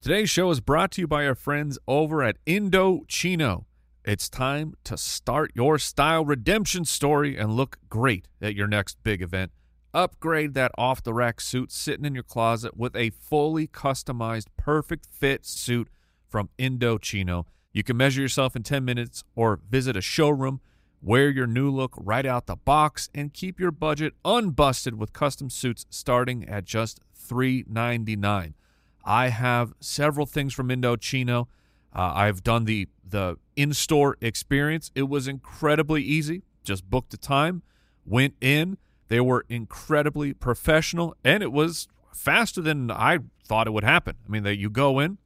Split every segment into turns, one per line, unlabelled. Today's show is brought to you by our friends over at Indochino. It's time to start your style redemption story and look great at your next big event. Upgrade that off the rack suit sitting in your closet with a fully customized, perfect fit suit from Indochino. You can measure yourself in 10 minutes or visit a showroom, wear your new look right out the box, and keep your budget unbusted with custom suits starting at just $399. I have several things from Indochino. Uh, I've done the the in store experience. It was incredibly easy. Just booked the time, went in. They were incredibly professional, and it was faster than I thought it would happen. I mean, that you go in,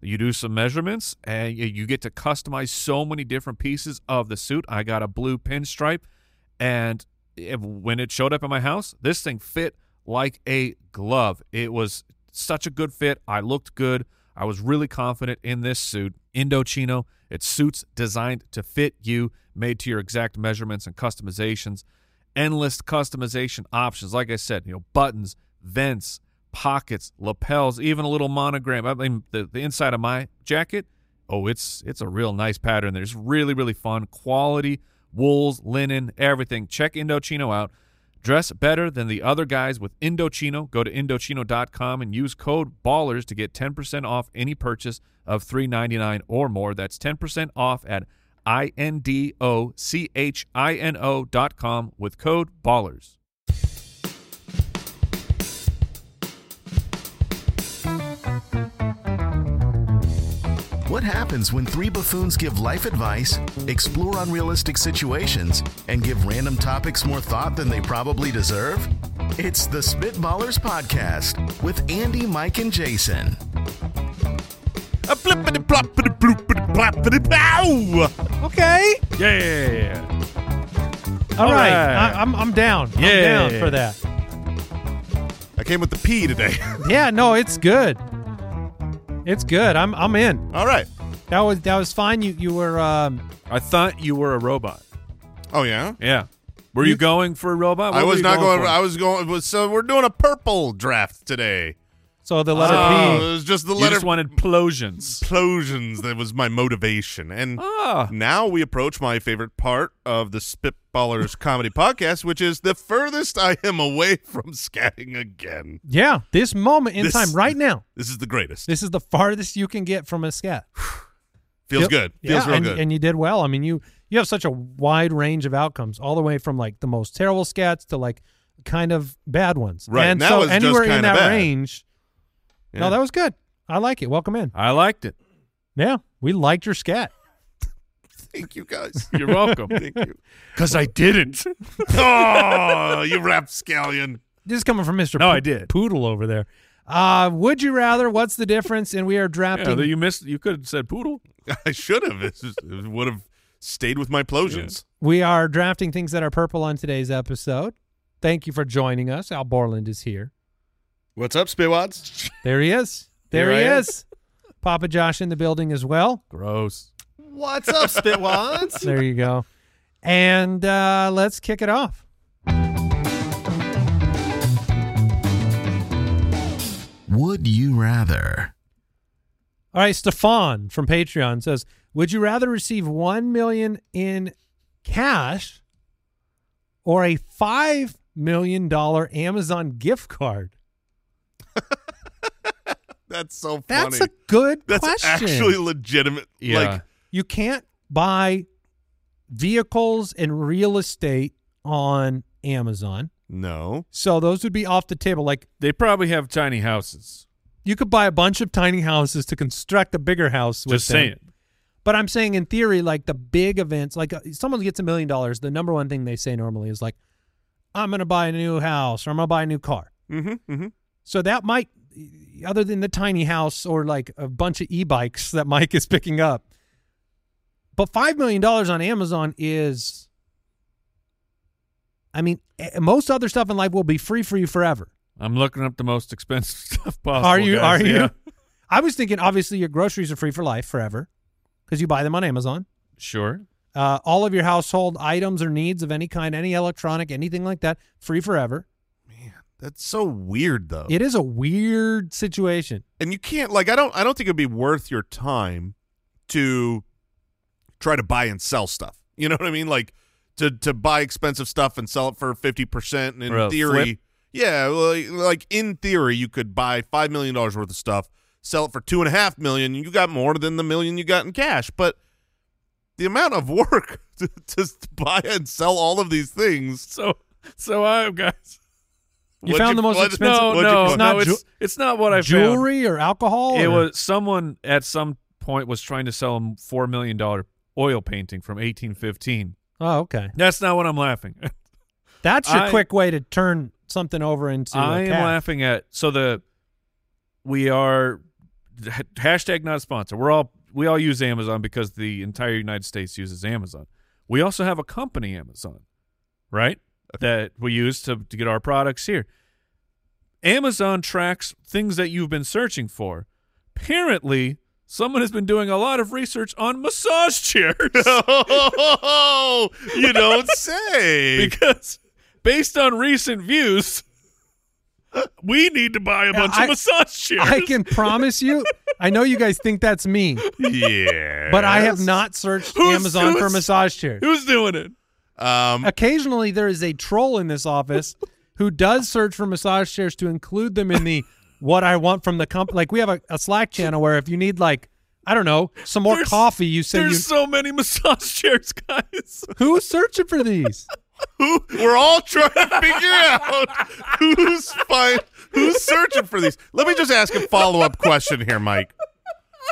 you do some measurements, and you- you get to customize so many different pieces of the suit. I got a blue pinstripe, and it, when it showed up at my house, this thing fit like a glove. It was such a good fit. I looked good. I was really confident in this suit. Indochino, it's suits designed to fit you, made to your exact measurements and customizations. Endless customization options. Like I said, you know, buttons, vents, pockets, lapels, even a little monogram. I mean, the, the inside of my jacket, oh, it's it's a real nice pattern. There's really, really fun quality wools, linen, everything. Check Indochino out. Dress better than the other guys with Indochino. Go to Indochino.com and use code BALLERS to get 10% off any purchase of $3.99 or more. That's 10% off at I-N-D-O-C-H-I-N-O.com with code BALLERS.
What happens when three buffoons give life advice, explore unrealistic situations, and give random topics more thought than they probably deserve? It's the Spitballers Podcast with Andy, Mike, and Jason.
A blippity bloppity bloopity bloppity blow. Okay.
Yeah.
All
All
right.
right.
I, I'm, I'm down.
Yeah.
I'm down for that.
I came with the P today.
Yeah, no, it's good. It's good. I'm I'm in.
All right.
That was that was fine. You you were um
I thought you were a robot.
Oh yeah.
Yeah. Were you, going for a robot? What
I
were
was
you
not going.
for?
I was going. was- So we're doing a purple draft today.
so the letter
Oh,
P.
it was just the
you
letter
just wanted plosions.
explosions that was my motivation. And
Ah.
now we approach my favorite part of the Spitballers comedy podcast, which is the furthest I am away from scatting again.
Yeah. This moment in
This-
time right now.
This is the greatest.
This is the farthest you can get from a scat.
Feels
Yep.
good. Feels
yeah,
real
and,
good.
and you did well. I mean, you you have such a wide range of outcomes, all the way from like the most terrible scats to like kind of bad ones.
Right,
And,
and that
so
was just
anywhere in
kinda
that
bad.
range.
Yeah.
No, that was good. I like it. Welcome in.
I liked it.
Yeah, we liked your scat.
Thank you guys.
You're welcome.
Thank you.
Because I didn't.
oh, you rapscallion.
This is coming from Mr.
No,
Poo-
I did.
Poodle over there. Uh, would you rather? What's the difference? And we are
Yeah,
drafting.
you missed. You could have said poodle.
I should have. It, just- it would have stayed with my plosions.
we are drafting things that are purple on today's episode. Thank you for joining us. Al Borland is here.
What's up, Spitwads?
There he is. There
Here
he
I am.
is. Papa Josh in the building as well.
Gross.
What's up, Spitwads?
There you go. And uh, let's kick it off.
Would you rather?
All right, Stefan from Patreon says, "Would you rather receive 1 million in cash or a 5 million dollar Amazon gift card?"
That's so funny.
That's a good
That's
question.
actually legitimate.
Yeah.
Like,
you can't buy vehicles and real estate on Amazon.
no.
So those would be off the table. Like
They probably have tiny houses.
you could buy a bunch of tiny houses to construct a bigger house with
Just
them.
saying.
But I'm saying in theory, like the big events, like uh, someone gets a million dollars, the number one thing they say normally is like, "I'm going to buy a new house" or "I'm going to buy a new car."
Mm-hmm, mm-hmm.
So that might, other than the tiny house or like a bunch of e-bikes that Mike is picking up, but five million dollars on Amazon is, I mean, eh, most other stuff in life will be free for you forever.
I'm looking up the most expensive stuff possible.
Are you?
guys.
Are you?
Yeah.
I was thinking, obviously, your groceries are free for life forever because you buy them on Amazon.
Sure.
Uh, all of your household items or needs of any kind, any electronic, anything like that, free forever. Man.
That's so weird,
Oh.
though.
It is a weird situation.
and you can't like I don't I don't think it'd be worth your time to try to buy and sell stuff. You know what I mean? Like to to buy expensive stuff and sell it for fifty percent. And in
Or a
theory,
flip?
yeah, like, like in theory, you could buy five million dollars worth of stuff, sell it for two and a half million, and you got more than the million you got in cash. But the amount of work to, to buy and sell all of these things.
So so I am guys.
You
What'd
found the most
what'd-
expensive-
No,
what'd you
no,
find?
It's
no,
not
it's,
ju-
it's not what I found.
Jewelry or alcohol?
It
or-
was someone at some point was trying to sell him four million dollar oil painting from 1815.
Oh, okay.
That's not what I'm laughing. at.
That's your
I-
quick way to turn something over into. a
I am
cash.
laughing at so the we are ha- hashtag not a sponsor. We're all we all use Amazon because the entire United States uses Amazon. We also have a company Amazon, right? That we use to, to get our products here. Amazon tracks things that you've been searching for. Apparently, someone has been doing a lot of research on massage chairs.
Oh, you don't say.
because based on recent views, we need to buy a
Yeah,
bunch
I-
of massage chairs.
I can promise you. I know you guys think that's me,
yeah.
but I have not searched
Who's-
Amazon for
who's-
massage chairs.
Who's doing it?
Um,
Occasionally, there is a troll in this office who does search for massage chairs to include them in the what I want from the company. Like we have a, a Slack channel where if you need like I don't know some more
There's-
coffee, you say
There's
you.
so many massage chairs, guys.
Who's searching for these?
who, we're all trying to figure out who's find, who's searching for these. Let me just ask a follow up question here, Mike.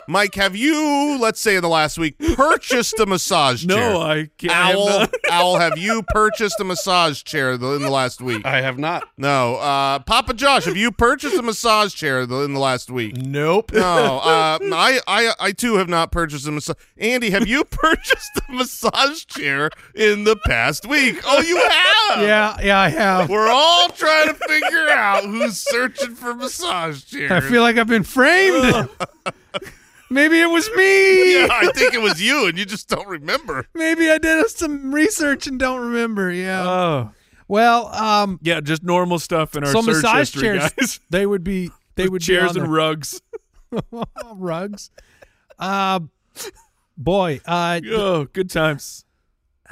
Mike, have you, let's say in the last week, purchased a massage chair?
No, I can't. I am
Owl,
not-
Owl, have you purchased a massage chair the- in the last week?
I have not.
No. Uh, Papa Josh, have you purchased a massage chair the- in the last week?
Nope.
No, uh, I, I, I too have not purchased a massage. Andy, have you purchased a massage chair in the past week? Oh, you have.
yeah, yeah, I have.
We're all trying to figure out who's searching for massage chairs.
I feel like I've been framed. Maybe it was me.
Yeah, I think it was you, and you just don't remember.
Maybe I did some research and don't remember. Yeah.
Oh.
well, um,
Yeah, just normal stuff in our
so
search
massage
history,
chairs,
guys.
they would be they would
chairs
be
and
on
rugs.
the, rugs. Uh, boy, uh,
Oh, good times.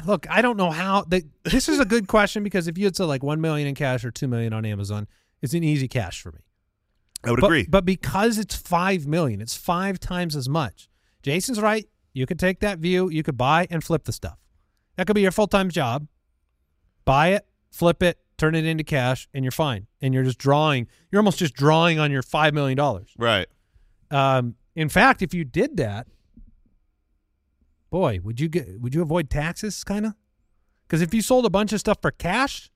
look, I don't know how. They, this is a good question because if you had said like one million in cash or two million on Amazon, it's an easy cash for me.
I would
but, But because it's five million, it's five times as much. Jason's right. You could take that view. You could buy and flip the stuff. That could be your full time job. Buy it, flip it, turn it into cash, and you're fine. And you're just drawing. You're almost just drawing on your five million dollars.
Right.
Um, in fact, if you did that, boy, would you get would you avoid taxes, kind of? Because if you sold a bunch of stuff for cash,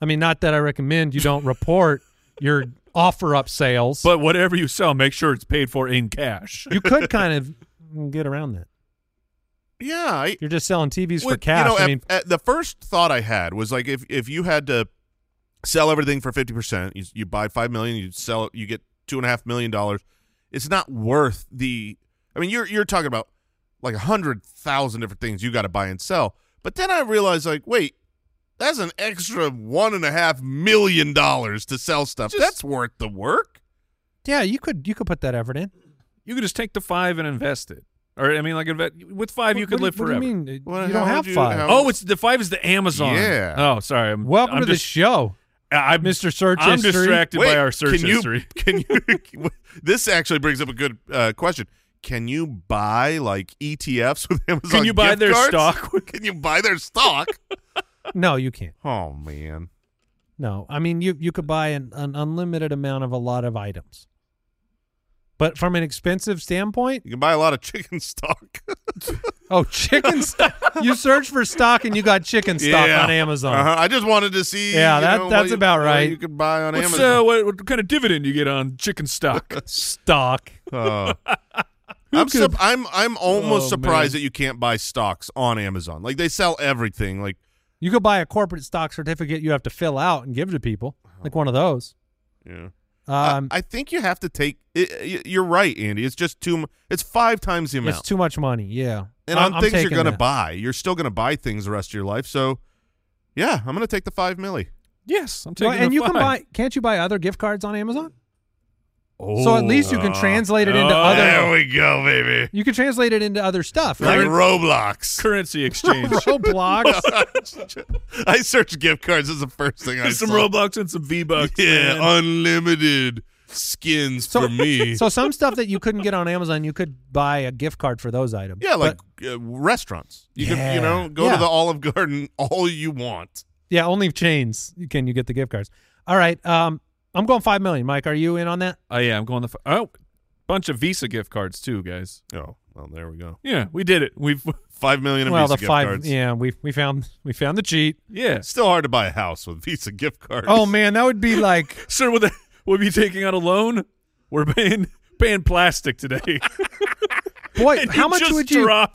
I mean, not that I recommend you don't report your offer up sales,
But whatever you sell, make sure it's paid for in cash.
you could kind of get around that.
Yeah. I,
If You're just selling TVs for
Well,
cash.
You know,
I
at-
mean,
at the first thought I had was like if if you had to sell everything for fifty percent, you, you buy five million, you sell it, you get two and a half million dollars. It's not worth the. I mean, you're you're talking about like a hundred thousand different things you got to buy and sell. But then I realized, like, wait, that's an extra one and a half million dollars to sell stuff.
Just-
that's worth the work.
yeah, you could you could put that effort in.
You could just take the five and invest it. Or I mean, like invest, with five, you
What-
could
what do
live
what
forever.
do you mean?
Well,
you
how
don't
would
have
you-
five.
how-
Oh, it's the five is the Amazon.
Yeah.
Oh, sorry. I'm,
Welcome
I'm
to
just,
the show,
I'm
Mr. Search
I'm
History.
distracted
Wait,
by our search
can you-
history.
Can you? this actually brings up a good uh, question. Can you buy like ETFs with Amazon?
Can you buy
gift
their
cards?
stock?
Can you buy their stock?
No, you can't.
oh man,
No, I mean you you could buy an, an unlimited amount of a lot of items. But from an expensive standpoint,
you can buy a lot of chicken stock.
oh, chicken stock. you search for stock and you got chicken stock
Yeah.
on Amazon.
Uh-huh. I just wanted to see.
Yeah,
you
that-
know, what
that's
you-
about
what
right.
You could buy on
What's, uh,
Amazon.
what, what kind of dividend you get on chicken stock?
Stock.
Oh. I'm,
could-
sup- I'm I'm almost
Oh,
surprised
man.
that you can't buy stocks on Amazon. Like they sell everything. Like
You could buy a corporate stock certificate you have to fill out and give to people, like one of those.
yeah. I-
Um,
I, think you have to take. It, y- you're right, Andy. It's just too. m- It's five times the amount.
it's too much money. Yeah,
and
I'm-
on
I'm
things you're
taking
going to
that.
buy. You're still going to buy things the rest of your life. So, yeah, I'm going to take the five milli.
Yes, I'm
Well,
taking.
and
the
you
five.
can buy can't you buy other gift cards on Amazon?
Oh,
so at least you can translate it into
Oh,
other
There we go, baby.
you can translate it into other stuff.
Like
right?
Roblox.
currency exchange.
Roblox.
I searched gift cards as the first thing I
Get some
saw.
Robux and some V Bucks.
Yeah, unlimited skins
So-
for me.
so some stuff that you couldn't get on Amazon, you could buy a gift card for those items.
yeah,
But-
like uh, restaurants. You can,
Yeah.
you know, go
Yeah.
to the Olive Garden all you want.
yeah, only chains can you get the gift cards. All right, um, I'm going five million. Mike, are you in on that?
Oh yeah, I'm going the f- oh, bunch of Visa gift cards too, guys.
Oh, well, there we go.
Yeah, we did it. We've
Five million of
well,
Visa
the
gift
five.
cards.
Yeah, we we found we found the cheat.
yeah.
Still hard to buy a house with Visa gift cards.
Oh man, that would be like
Sir, with the, we'll be taking out a loan. We're paying paying plastic today.
boy. how much
just
would you?
drop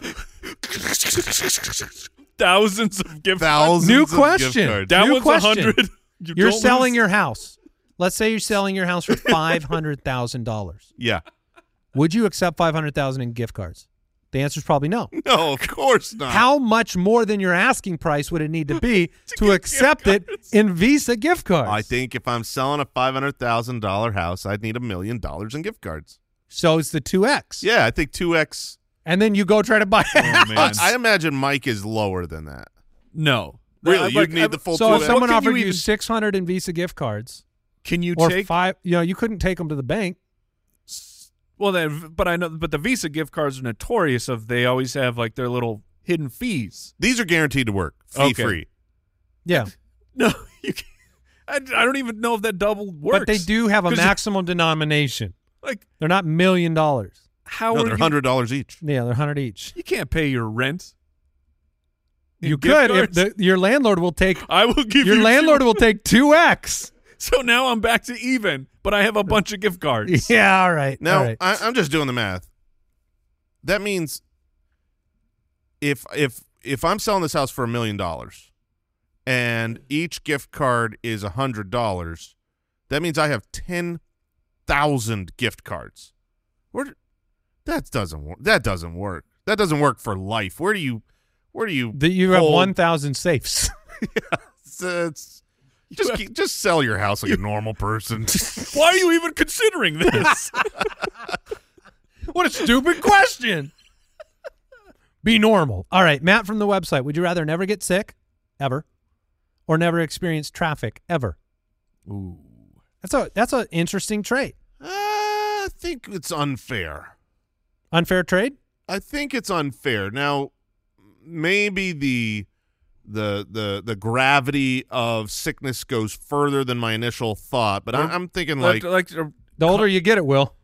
thousands of gift
thousands.
New
of gift
question.
cards.
That
New
one's a
question.
hundred.
You're selling your house. Let's say you're selling your house for five hundred thousand dollars.
yeah.
Would you accept five hundred thousand in gift cards? The answer is probably no.
No, of course not.
How much more than your asking price would it need to be to accept it in Visa gift cards?
I think if I'm selling a five hundred thousand dollar house, I'd need a million dollars in gift cards.
so. It's the two X.
Yeah, I think two X.
And then you go try to buy
Oh,
it.
I I imagine Mike is lower than that.
No,
Really,
Uh,
you'd
like,
need
uh,
the full
so
two
if
X.
someone
What can
offered
you
you,
even-
six hundred in Visa gift cards
Can you
or
take?
five, you know, you couldn't take them to the bank.
Well, then, but I know, but the Visa gift cards are notorious of they always have like their little hidden fees.
These are guaranteed to work, fee
Okay.
free.
Yeah,
No, you can't. I, I don't even know if that double works.
but they do have a
'Cause you-
maximum denomination.
Like,
They're not million dollars.
how
No,
are
they're
you?
hundred dollars each.
Yeah, they're hundred each.
You can't pay your rent. in
You
gift
could if
cards.
the, your landlord will take
I will give
your
you
landlord
two.
will take two X.
So now I'm back to even, but I have a bunch of gift cards.
Yeah, all right.
Now
all right.
I, I'm just doing the math. That means if if if I'm selling this house for a million dollars, and each gift card is a hundred dollars, that means I have ten thousand gift cards. Where that doesn't work. That doesn't work. That doesn't work for life. Where do you where do you
that you have
hold-
one thousand safes.
It's, it's- just keep, just sell your house like a normal person.
Why are you even considering this?
What a stupid question. Be normal. All right, Matt from the website. Would you rather never get sick ever or never experience traffic ever?
Ooh.
That's a that's an interesting trade.
Uh, I think it's unfair.
Unfair trade?
I think it's unfair. Now, maybe the the the the gravity of sickness goes further than my initial thought, but I,
Well,
I'm thinking
Like,
like
like, uh,
The older you get it, Will.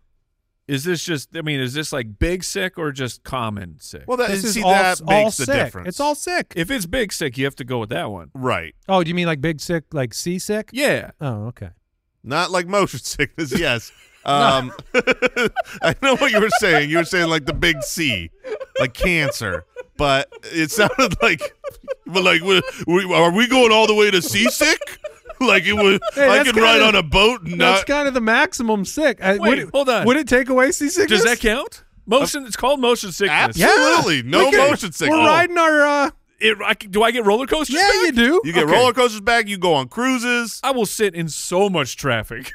is this just? I mean, is this like big sick or just common sick?
well, that
This is
see
all,
that
all
makes the
sick.
difference.
It's all sick.
if it's big sick, you have to go with that one.
right,
oh, do you mean like big sick, like seasick?
Yeah.
Oh, okay.
not like motion sickness. Yes, um, I know what you were saying. You were saying like the big C, like cancer, but it sounded like, but like, we, we, are we going all the way to seasick? Like it was,
Hey,
I
that's
could ride
kinda-
on a boat and
That's
not
kind of the maximum sick. I-
Wait,
would it-
hold on.
Would it take away seasickness?
Does that count? Motion. It's called motion sickness.
Yeah.
Absolutely. No
We could-
motion sickness.
We're riding our uh
It, I, can- do I get roller coasters?
Yeah,
back?
you do.
You get
Okay.
roller coasters back, you go on cruises.
I will sit in so much traffic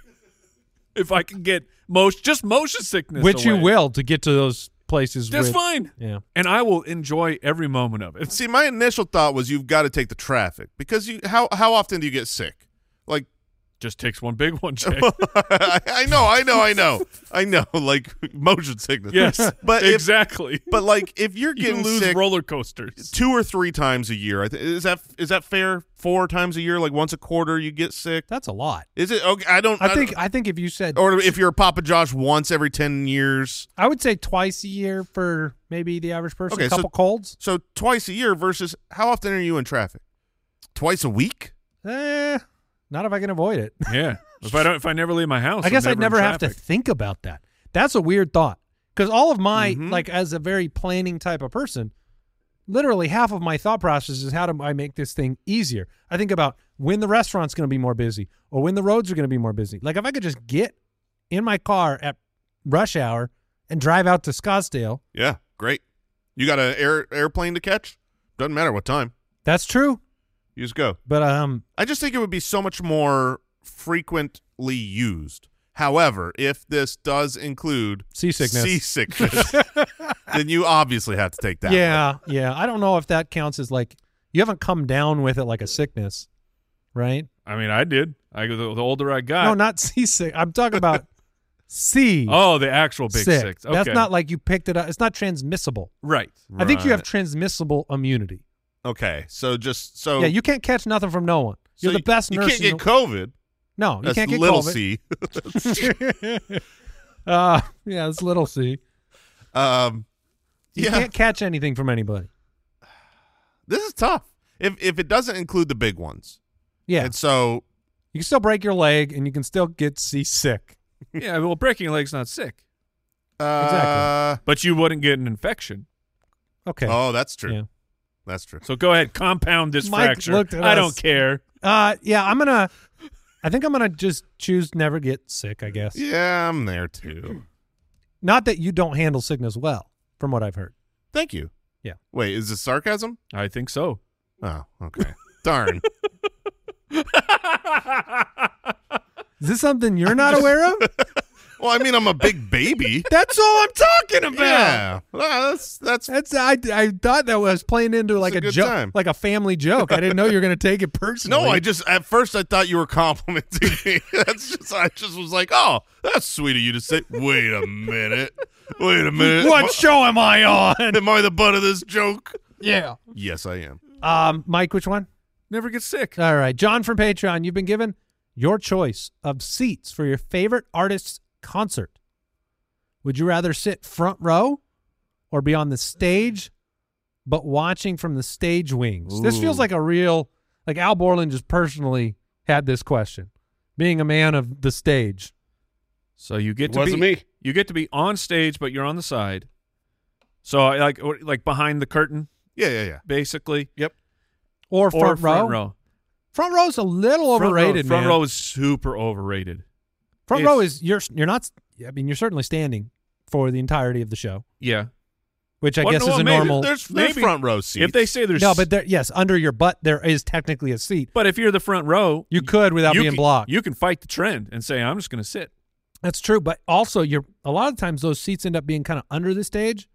if I can get motion, just motion sickness.
Which you
away.
will to get to those places
That's
with-
fine.
Yeah.
And I will enjoy every moment of it.
See, my initial thought was you've got to take the traffic because you how how often do you get sick? Like
Just takes one big one, Jay.
I, I know, I know, I know. I know like motion sickness.
yes.
But if,
exactly.
but like if you're
you
getting
lose
sick
roller coasters.
two or three times a year, I th- is that is that fair? Four times a year, like once a quarter you get sick?
That's a lot.
Is it okay? I don't
I think
don't-
I think if you said
or if you're a Papa Josh once every 10 years.
I would say twice a year for maybe the average person.
Okay,
a
so-
couple colds.
So twice a year versus how often are you in traffic? Twice a week?
Eh, not if I can avoid it.
Yeah. If I don't, if I never leave my house,
I guess
I'm
I'd never
in
have to
traffic.
think about that. That's a weird thought because all of my
Mm-hmm.
like as a very planning type of person, literally half of my thought process is how do I make this thing easier? I think about when the restaurant's going to be more busy or when the roads are going to be more busy. Like if I could just get in my car at rush hour and drive out to Scottsdale.
Yeah, great. You got an air airplane to catch? Doesn't matter what time.
That's true.
You just go.
But um,
I just think it would be so much more frequently used. However, if this does include
Seasickness.
seasickness, then you obviously have to take that.
yeah, yeah. I don't know if that counts as like you haven't come down with it like a sickness, right?
I mean, I did. I the, the older I got.
no, not seasick. I'm talking about sea.
Uh, Oh, the actual big
sick.
six.
That's
Okay.
not like you picked it up. It's not transmissible.
right.
I think you have
Right.
transmissible immunity.
Okay, so just so
Yeah, you can't catch nothing from no one.
so
You're the
you-
best
You
nurse.
can't
in
get
the-
COVID.
no, you
That's
can't get
little
COVID.
C.
Uh, yeah, it's little C.
Um,
You
yeah,
can't catch anything from anybody.
this is tough. If if it doesn't include the big ones,
Yeah,
and so
you can still break your leg and you can still get seasick.
yeah. Well, breaking your leg's not sick,
uh,
Exactly.
but you wouldn't get an infection.
Okay.
Oh, that's true.
Yeah.
That's true.
So go ahead, compound this
Mike
fracture.
looked at
I
us.
don't care.
Uh, yeah, I'm gonna. I think I'm gonna just choose never get sick. I guess.
Yeah, I'm there too.
Not that you don't handle sickness well, from what I've heard.
Thank you.
Yeah.
Wait, is this sarcasm?
I think so.
Oh, okay. Darn.
Is this something you're not aware of?
well, I mean, I'm a big baby.
That's all I'm talking
yeah. Well, that's that's
That's I, I thought that was playing into like
a
a,
good
joke,
time.
like a family joke. I didn't know you were gonna take it personally.
no. I just at first I thought you were complimenting me. That's just I just was like, oh, that's sweet of you to say. Wait a minute. Wait a minute.
What show am I on?
Am I the butt of this joke?
yeah.
Yes, I am.
Um, Mike, which one?
Never get sick.
All right, John from Patreon. You've been given your choice of seats for your favorite artist's concert. Would you rather sit front row or be on the stage, but watching from the stage wings? This feels
Ooh.
like a real like Al Borland just personally had this question, being a man of the stage.
So you get to
Wasn't
be,
me.
You get to be on stage, but you're on the side. So I like or- like behind the curtain,
Yeah, yeah, yeah.
basically,
Or front,
or front
row.
row.
Front row's a little
Front row-
overrated,
Front
man.
row is super overrated.
front row
is-
is you're you're not. I mean, you're certainly standing for the the entirety of the show,
Yeah.
which I
Well,
guess
no,
is a
maybe
normal.
There's, there's
Maybe.
front row seats.
If they say there's
No, but there, yes, under your butt there is technically a seat.
but if you're the front row,
You could without
you
being
can-
blocked.
You can fight the trend and say I'm just going to sit.
That's true, but also you're a lot of times those seats end up being kind of under the stage.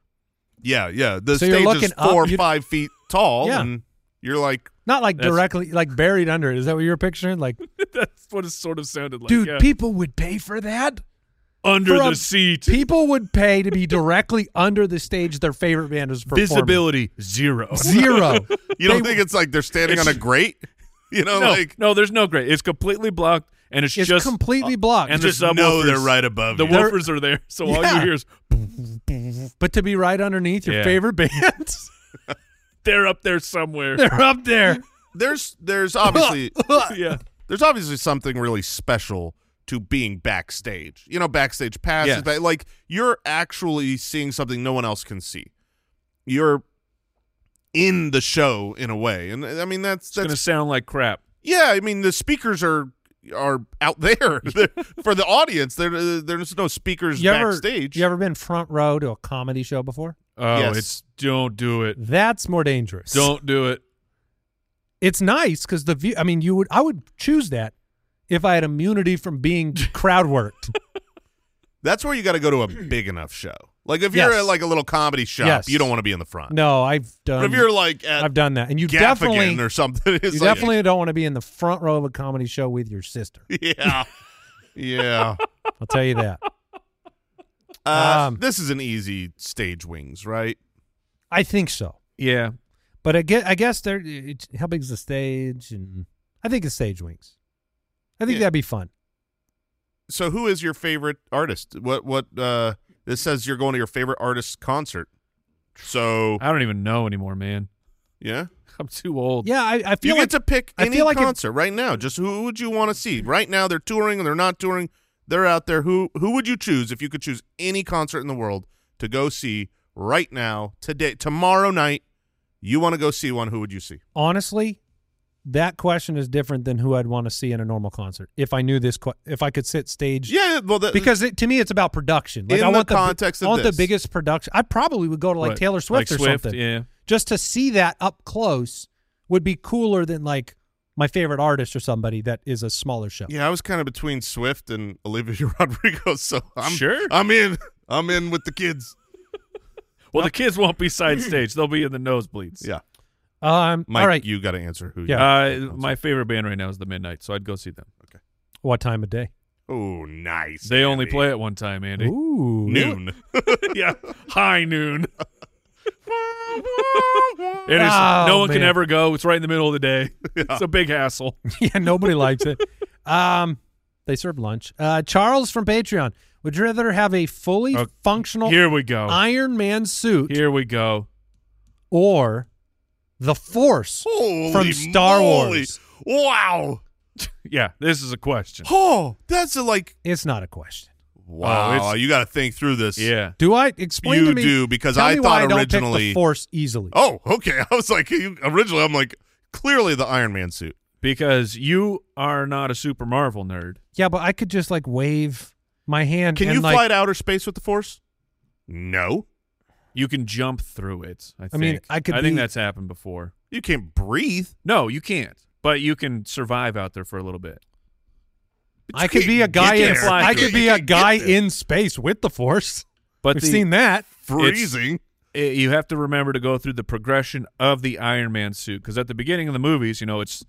yeah, yeah. The
So you're
stage
looking
is
up,
four or
you-
five feet tall,
Yeah.
and you're like,
Not like
That's-
directly like buried under it. Is that what you were picturing? Like,
That's what it sort of sounded like.
dude,
yeah.
people would pay for that.
under
for
the
a-
seat.
People would pay to be directly under the stage their favorite band is performing.
Visibility zero.
zero.
you don't
They-
think it's like they're standing on
It's-
a grate? You know,
no,
like
no, there's no great. It's completely blocked, and it's,
It's
just uh,
completely blocked.
And
just
the subwoofers,
know they're right above
The
you.
woofers are there, so all you
Yeah.
hear is
but to be right underneath your
Yeah.
favorite band,
they're up there somewhere.
they're up there.
there's there's obviously
yeah,
there's obviously something really special to being backstage. You know, backstage passes,
Yes.
but, like you're actually seeing something no one else can see. You're in the show in a way, and I mean that's
it's gonna
that's
sound like crap.
yeah. I mean the speakers are are out there They're- for the audience. There there's no speakers
You ever,
backstage.
you ever been front row to a comedy show before?
Oh,
Yes.
it's don't do it.
That's more dangerous.
Don't do it.
it's nice because the view. I mean, you would. I would choose that if I had immunity from being crowd worked.
that's where you got to go to a big enough show. Like if you're
Yes.
at like a little comedy shop,
Yes.
you don't want to be in the front.
no, I've done.
but if you're like at
I've done that, and you
Gaffigan
definitely,
or something, it's
you
like-
definitely don't want to be in the front row of a comedy show with your sister.
Yeah. yeah.
I'll tell you that.
Uh,
Um,
this is an easy stage wings, right?
I think so,
Yeah,
but I guess, I guess there. It's, how big's the stage? And I think it's stage wings. I think
Yeah.
that'd be fun.
So who is your favorite artist? What what uh this says you're going to your favorite artist's concert. So
I don't even know anymore, man.
yeah.
I'm too old.
Yeah, I, I
You
feel
get
like
to pick
I
any
feel like if-
concert right now. Just who would you want to see? Right now they're touring and they're not touring. They're out there. Who who would you choose if you could choose any concert in the world to go see right now, today, tomorrow night? You want to go see one, who would you see?
honestly, that question is different than who I'd want to see in a normal concert. If I knew this, que- if I could sit stage
Yeah, well the,
because it, to me it's about production. Like
In
I
the
want the,
context of
I want
this.
the biggest production. I probably would go to like
What,
Taylor Swift
like
or
Swift,
something
Yeah,
just to see that up close would be cooler than like my favorite artist or somebody that is a smaller show.
Yeah, I was kind of between Swift and Olivia Rodrigo, so I'm
Sure.
I'm in. I'm in with the kids.
Well, the kids won't be side stage; they'll be in the nosebleeds.
Yeah,
Um,
Mike,
all right.
you got to answer who?
Yeah.
Uh, my favorite band right now is the Midnight, so I'd go see them.
what time of day?
You. Oh, nice.
They only
Andy.
play at one time, Andy.
Ooh,
noon.
yeah, high noon. it is.
Oh,
no one can
man.
ever go. It's right in the middle of the day. It's a big hassle.
yeah, nobody likes it. Um, they serve lunch. Uh, Charles from Patreon. Would you rather have a fully
Oh,
functional
Here we go.
Iron Man suit
Here we go.
or the Force
Holy
from Star
moly.
Wars?
Wow.
Yeah, this is a question.
Oh, that's a like.
It's not a question.
Wow,
it's-
you got to think through this.
Yeah.
Do I explain
You
to me?
do, because
tell me
I thought
why I don't pick the
originally-
Force easily.
Oh, okay. I was like, you, originally, I'm like, clearly the Iron Man suit.
Because you are not a Super Marvel nerd.
Yeah, but I could just like wave my hand.
Can
and,
you
like,
fly to outer space with the Force? No,
You can jump through it. I, think.
mean, I could
I think
be-
that's happened before.
you can't breathe.
No, you can't. But you can survive out there for a little bit.
But you
I could
can't
be a
get
guy. In,
there.
I
You
could be a
can't get
guy
there.
in space with the Force.
But
We've
the-
seen that.
freezing.
i- you have to remember to go through the progression of the Iron Man suit because at the beginning of the movies, you know, it's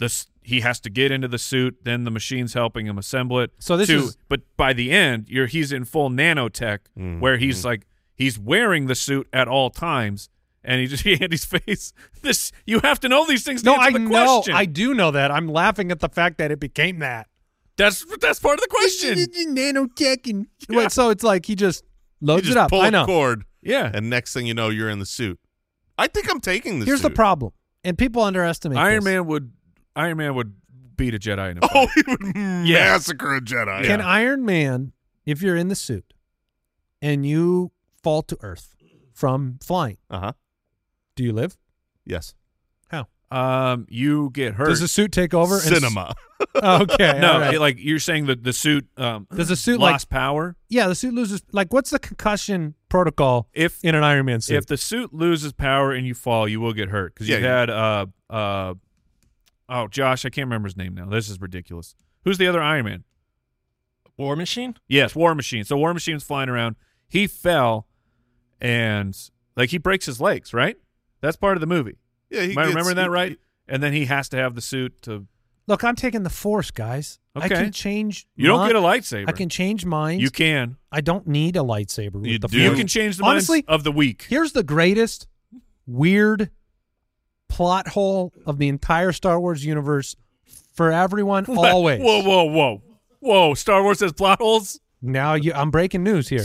this he has to get into the suit, then the machine's helping him assemble it.
So this
to-
is-
but by the end, you're he's in full nanotech where he's like he's wearing the suit at all times. And he just Andy's face. This you have to know these things. To
No,
answer
I
the
know.
Question.
I do know that. I'm laughing at the fact that it became that.
That's that's part of the question.
Nanotech and
Yeah.
wait, so it's like he just loads
you just
it up.
pull
I know.
a cord,
Yeah.
and next thing you know, you're in the suit. I think I'm taking this.
Here's the
suit.
problem, and people underestimate
Iron
this.
Man would Iron Man would beat a Jedi in a
Oh,
fight.
he would massacre a Jedi.
Can
Yeah.
Iron Man, if you're in the suit, and you fall to Earth from flying,
Uh huh.
do you live?
Yes.
How
Um, you get hurt.
does the suit take over? and s-
Cinema.
okay.
no,
all right.
it- like you're saying that the suit um
Does the suit, like-
lost power?
yeah, the suit loses. Like, what's the concussion protocol
If
in an Iron Man suit?
if the suit loses power and you fall, you will get hurt because you
Yeah, you-
had uh uh oh Josh, I can't remember his name now. This is ridiculous. Who's the other Iron Man?
War Machine?
Yes, War Machine. So War Machine's flying around. He fell, and like he breaks his legs. Right, that's part of the movie.
yeah. He
Am I
gets-
remembering
he-
that right? And then he has to have the suit to.
Look, I'm taking the Force, guys. I
Okay.
can change.
You don't
my-
get a lightsaber.
I can change minds.
You can.
I don't need a lightsaber. With
You
the
do.
You
Force.
can change the
Honestly,
minds of the weak.
Here's the greatest weird plot hole of the entire Star Wars universe for everyone, always.
Whoa, whoa, whoa, whoa! Star Wars has plot holes.
Now you, I'm breaking news here.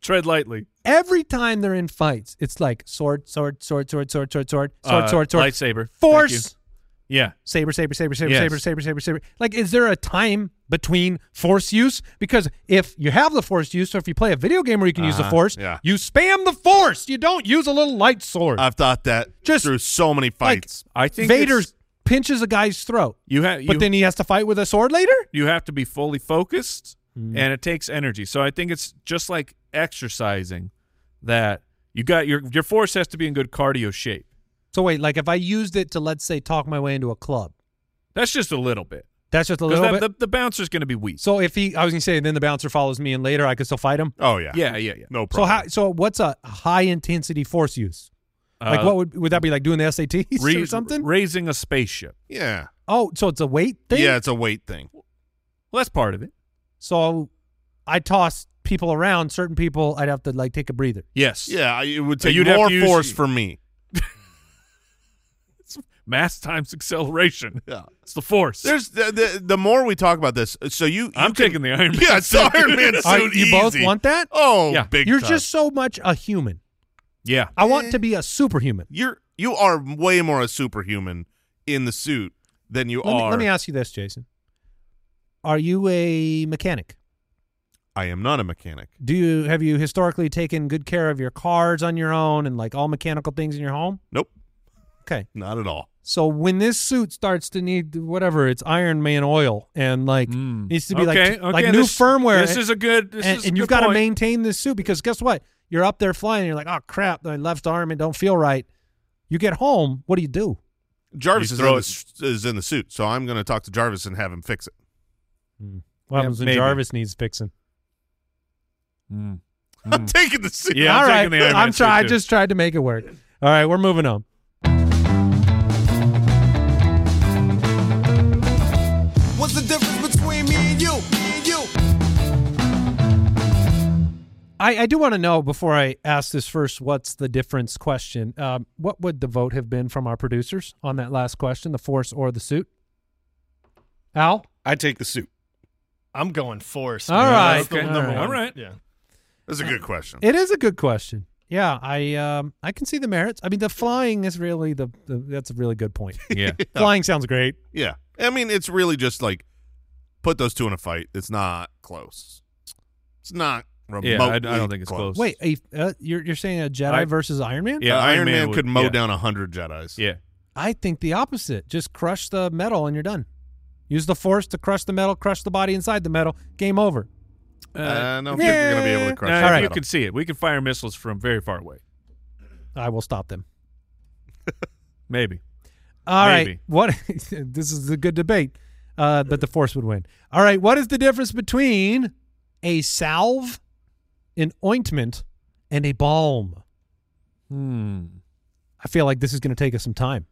Tread lightly.
Every time they're in fights, it's like sword, sword, sword, sword, sword, sword, sword, sword,
Uh,
sword, sword,
lightsaber. Thank
force,
you. Yeah.
saber, saber, saber, saber,
Yes.
saber, saber, saber, saber. Like, is there a time between force use? Because if you have the force use, or if you play a video game where you can use the
Uh-huh,
force,
yeah.
you spam the force. You don't use a little light sword.
I've thought that
Just,
through so many
like,
fights.
I think
Vader
it's-
pinches a guy's throat.
You have.
but then he has to fight with a sword later.
you have to be fully focused,
Mm-hmm.
and it takes energy. So I think it's just like exercising. That you got your your force has to be in good cardio shape.
So wait, like if I used it to let's say talk my way into a club,
That's just a little bit.
that's just a
'Cause
little
that- The,
bit.
the bouncer's going to be weak.
so if he, I was gonna say, then the bouncer follows me, and later I could still fight him.
oh yeah.
yeah, yeah, yeah.
No
So
problem.
how? So what's a high intensity force use? Like
Uh,
what would would that be like doing the SATs
ra-
or something?
Raising a spaceship.
yeah.
oh, so it's a weight thing.
Yeah. It's a weight thing.
Well, that's part of it.
So I toss people around. Certain people, I'd have to like take a breather.
Yes.
Yeah. I- It would
So
take
you'd have
more
to use-
force from me.
Mass times acceleration.
Yeah.
It's the force.
There's the, the the more we talk about this, so you, you
I'm
can-
taking the Iron Man.
Yeah, it's the Iron Man suit.
All right, you both
easy.
want that?
Oh,
Yeah.
big.
You're
time.
just so much a human.
Yeah.
I want to be a superhuman.
you're you are way more a superhuman in the suit than you
Let me,
are.
let me ask you this, Jason. Are you a mechanic?
I am not a mechanic.
Do you have you historically taken good care of your cars on your own and like all mechanical things in your home?
Nope,
Okay.
not at all.
So when this suit starts to need whatever, it's Iron Man oil and like
Mm.
needs to be like
Okay,
t- like
okay,
new
this-
firmware.
This is a good. This
and,
is a
and you've
good
got to
point.
maintain this suit because guess what? You're up there flying and you're like, oh crap, my left arm and don't feel right. You get home, what do you do?
Jarvis
You
is in,
throw
the,
it-
s- is in the suit, so I'm going to talk to Jarvis and have him fix it.
What happens when
maybe.
Jarvis needs fixing?
Mm.
I'm taking the suit.
Yeah, I'm
All
taking the Iron Man
I'm sorry. I
suit, too.
just tried to make it work. All right, we're moving on.
What's the difference between me and you? Me and you.
I, I do want to know before I ask this first, what's the difference question? Um, what would the vote have been from our producers on that last question, the force or the suit? Al?
I take the suit.
I'm going force.
All
man.
right,
That's the
okay.
number
All
one.
right.
Yeah.
That's a good question.
It is a good question. Yeah, I um, I can see the merits. I mean, the flying is really the, the that's a really good point.
Yeah.
flying sounds great.
Yeah. I mean, it's really just like put those two in a fight. It's not close. It's not remotely
Yeah, I- I don't think it's close.
Wait, a, uh, you're you're saying a Jedi
I-
versus Iron Man?
Yeah,
Uh,
Iron,
Iron Man
Man,
would-
could mow
yeah.
down a 100 Jedis.
Yeah.
I think the opposite. Just crush the metal and you're done. Use the force to crush the metal, crush the body inside the metal. Game over.
Uh, I don't think you're going to be able to crush
Nah,
that
You
metal.
can see it. We can fire missiles from very far away.
I will stop them.
Maybe.
All right.
Maybe.
What? this is a good debate, uh, but the force would win. All right. What is the difference between a salve, an ointment, and a balm?
Hmm.
I feel like this is going to take us some time.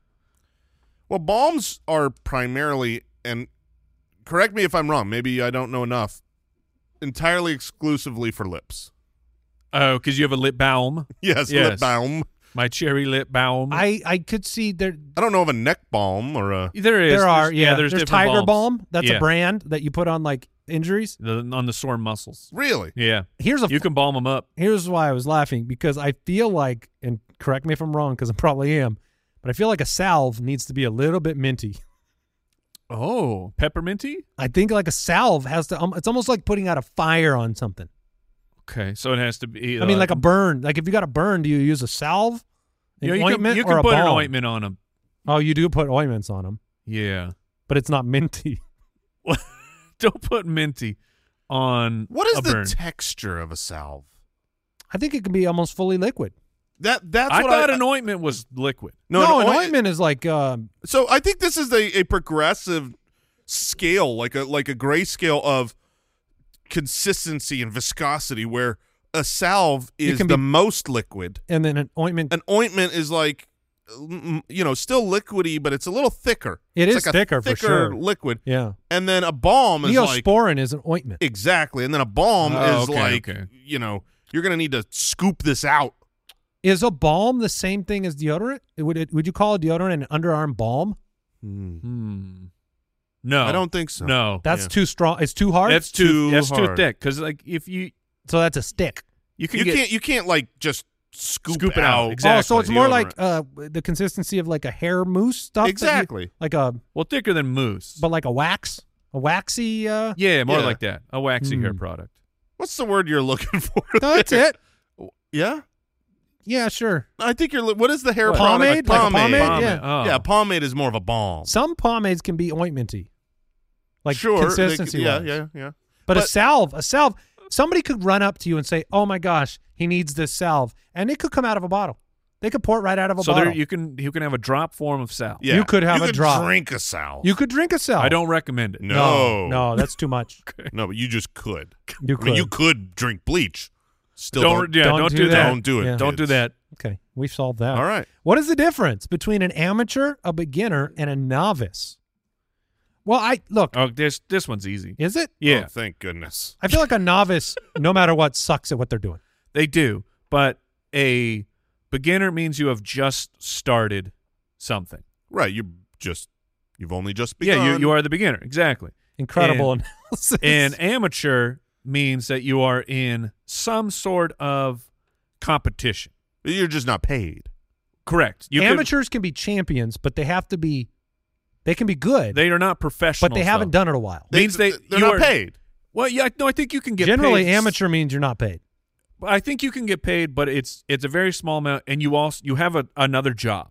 Well, balms are primarily, and correct me if I'm wrong, maybe I don't know enough, entirely exclusively for lips.
Oh, because you have a lip balm.
Yes,
Yes.
lip balm.
My cherry lip balm.
I I could see there
I don't know of a neck balm or a.
there is.
there are
there's-
yeah,
there's,
there's,
different
Tiger
balms.
Balm. That's
Yeah.
a brand that you put on like injuries.
The- on the sore muscles.
Really?
Yeah.
Here's a
You can balm them up.
here's why I was laughing because I feel like, and correct me if I'm wrong, because I probably am, but I feel like a salve needs to be a little bit minty.
Oh, pepperminty.
I think like a salve has to. Um, it's almost like putting out a fire on something.
Okay, so it has to be.
I mean, like a burn. Like if you got a burn, do you use a salve,
you,
an
know, you
ointment,
can, you
or
can
a
put an
balm?
ointment on them.
Oh, you do put ointments on them,
Yeah.
but it's not minty.
Don't put minty on.
What is
a
the
burn.
texture of a salve?
I think it can be almost fully liquid.
That that's
I
what
thought
I
an ointment was liquid.
no,
no,
an
an
oi-
ointment is like um,
So I think this is a, a progressive scale, like a like a grayscale of consistency and viscosity, where a salve
You
is
can
the
be-
most liquid.
and then an ointment.
An ointment is like mm, you know still liquidy, but it's a little thicker.
It
it's
is
like a
thicker, for
thicker
sure.
liquid,
yeah,
and then a balm is like
neosporin is an ointment.
exactly, and then a balm
Oh,
is
okay,
like
okay.
you know you're gonna need to scoop this out.
Is a balm the same thing as deodorant? Would it, would you call a deodorant an underarm balm?
Hmm. No,
I don't think so.
No,
That's too strong. It's too hard.
that's too
too
that's too
hard.
thick. Because like if you
so that's a stick.
you can
you
get
can't you can't like just scoop,
Scoop it out, exactly.
Oh, so it's more like
Deodorant.
uh, the consistency of like a hair mousse stuff. that you-
Exactly.
like a
well thicker than mousse.
but like a wax, a waxy. Uh,
yeah, more
Yeah.
like that. A waxy hair
Hmm.
product.
What's the word you're looking for?
that's
there?
it.
Yeah,
Yeah, sure.
I think you're. li- What is the hair
What?
product?
Pomade? Like a pomade?
Pomade.
Yeah.
Oh.
Yeah, pomade is more of a balm.
Some pomades can be ointmenty, like
sure, they could-
consistency.
Yeah,
wise.
yeah, yeah.
But, a
but-
salve, a salve. Somebody could run up to you and say, "Oh my gosh, he needs this salve," and it could come out of a bottle. They could pour it right out of a
so
bottle.
there you can you can have a drop form of salve.
Yeah.
You could have a drop.
Drink a salve.
You could drink a salve.
I don't recommend it.
no,
no, that's too much.
no. But you just could.
You
I mean, you
could.
could drink bleach. Still,
Don't,
don't-
yeah,
Don't
don't,
do
do
that.
that.
Don't do it.
Yeah.
Don't do
kids.
that.
Okay, we've solved that.
All right.
What is the difference between an amateur, a beginner, and a novice? Well, I look.
Oh, this this one's easy.
Is it?
Yeah,
Oh, thank goodness.
I feel like a novice, no matter what, sucks at what they're doing.
they do. But a beginner means you have just started something.
Right. You just. You've only just begun.
Yeah, you, you are the beginner. Exactly.
Incredible analysis.
An amateur means that you are in some sort of competition.
You're just not paid.
Correct. You could-
amateurs can be champions, but they have to be. They can be good,
they are not professional.
but they haven't done it a while.
They- Means
they,
you
they're not
are-
paid.
Well, yeah, no, I think you can get
Generally,
paid s-
amateur means you're not paid.
I think you can get paid, but it's it's a very small amount, and you also you have a, another job.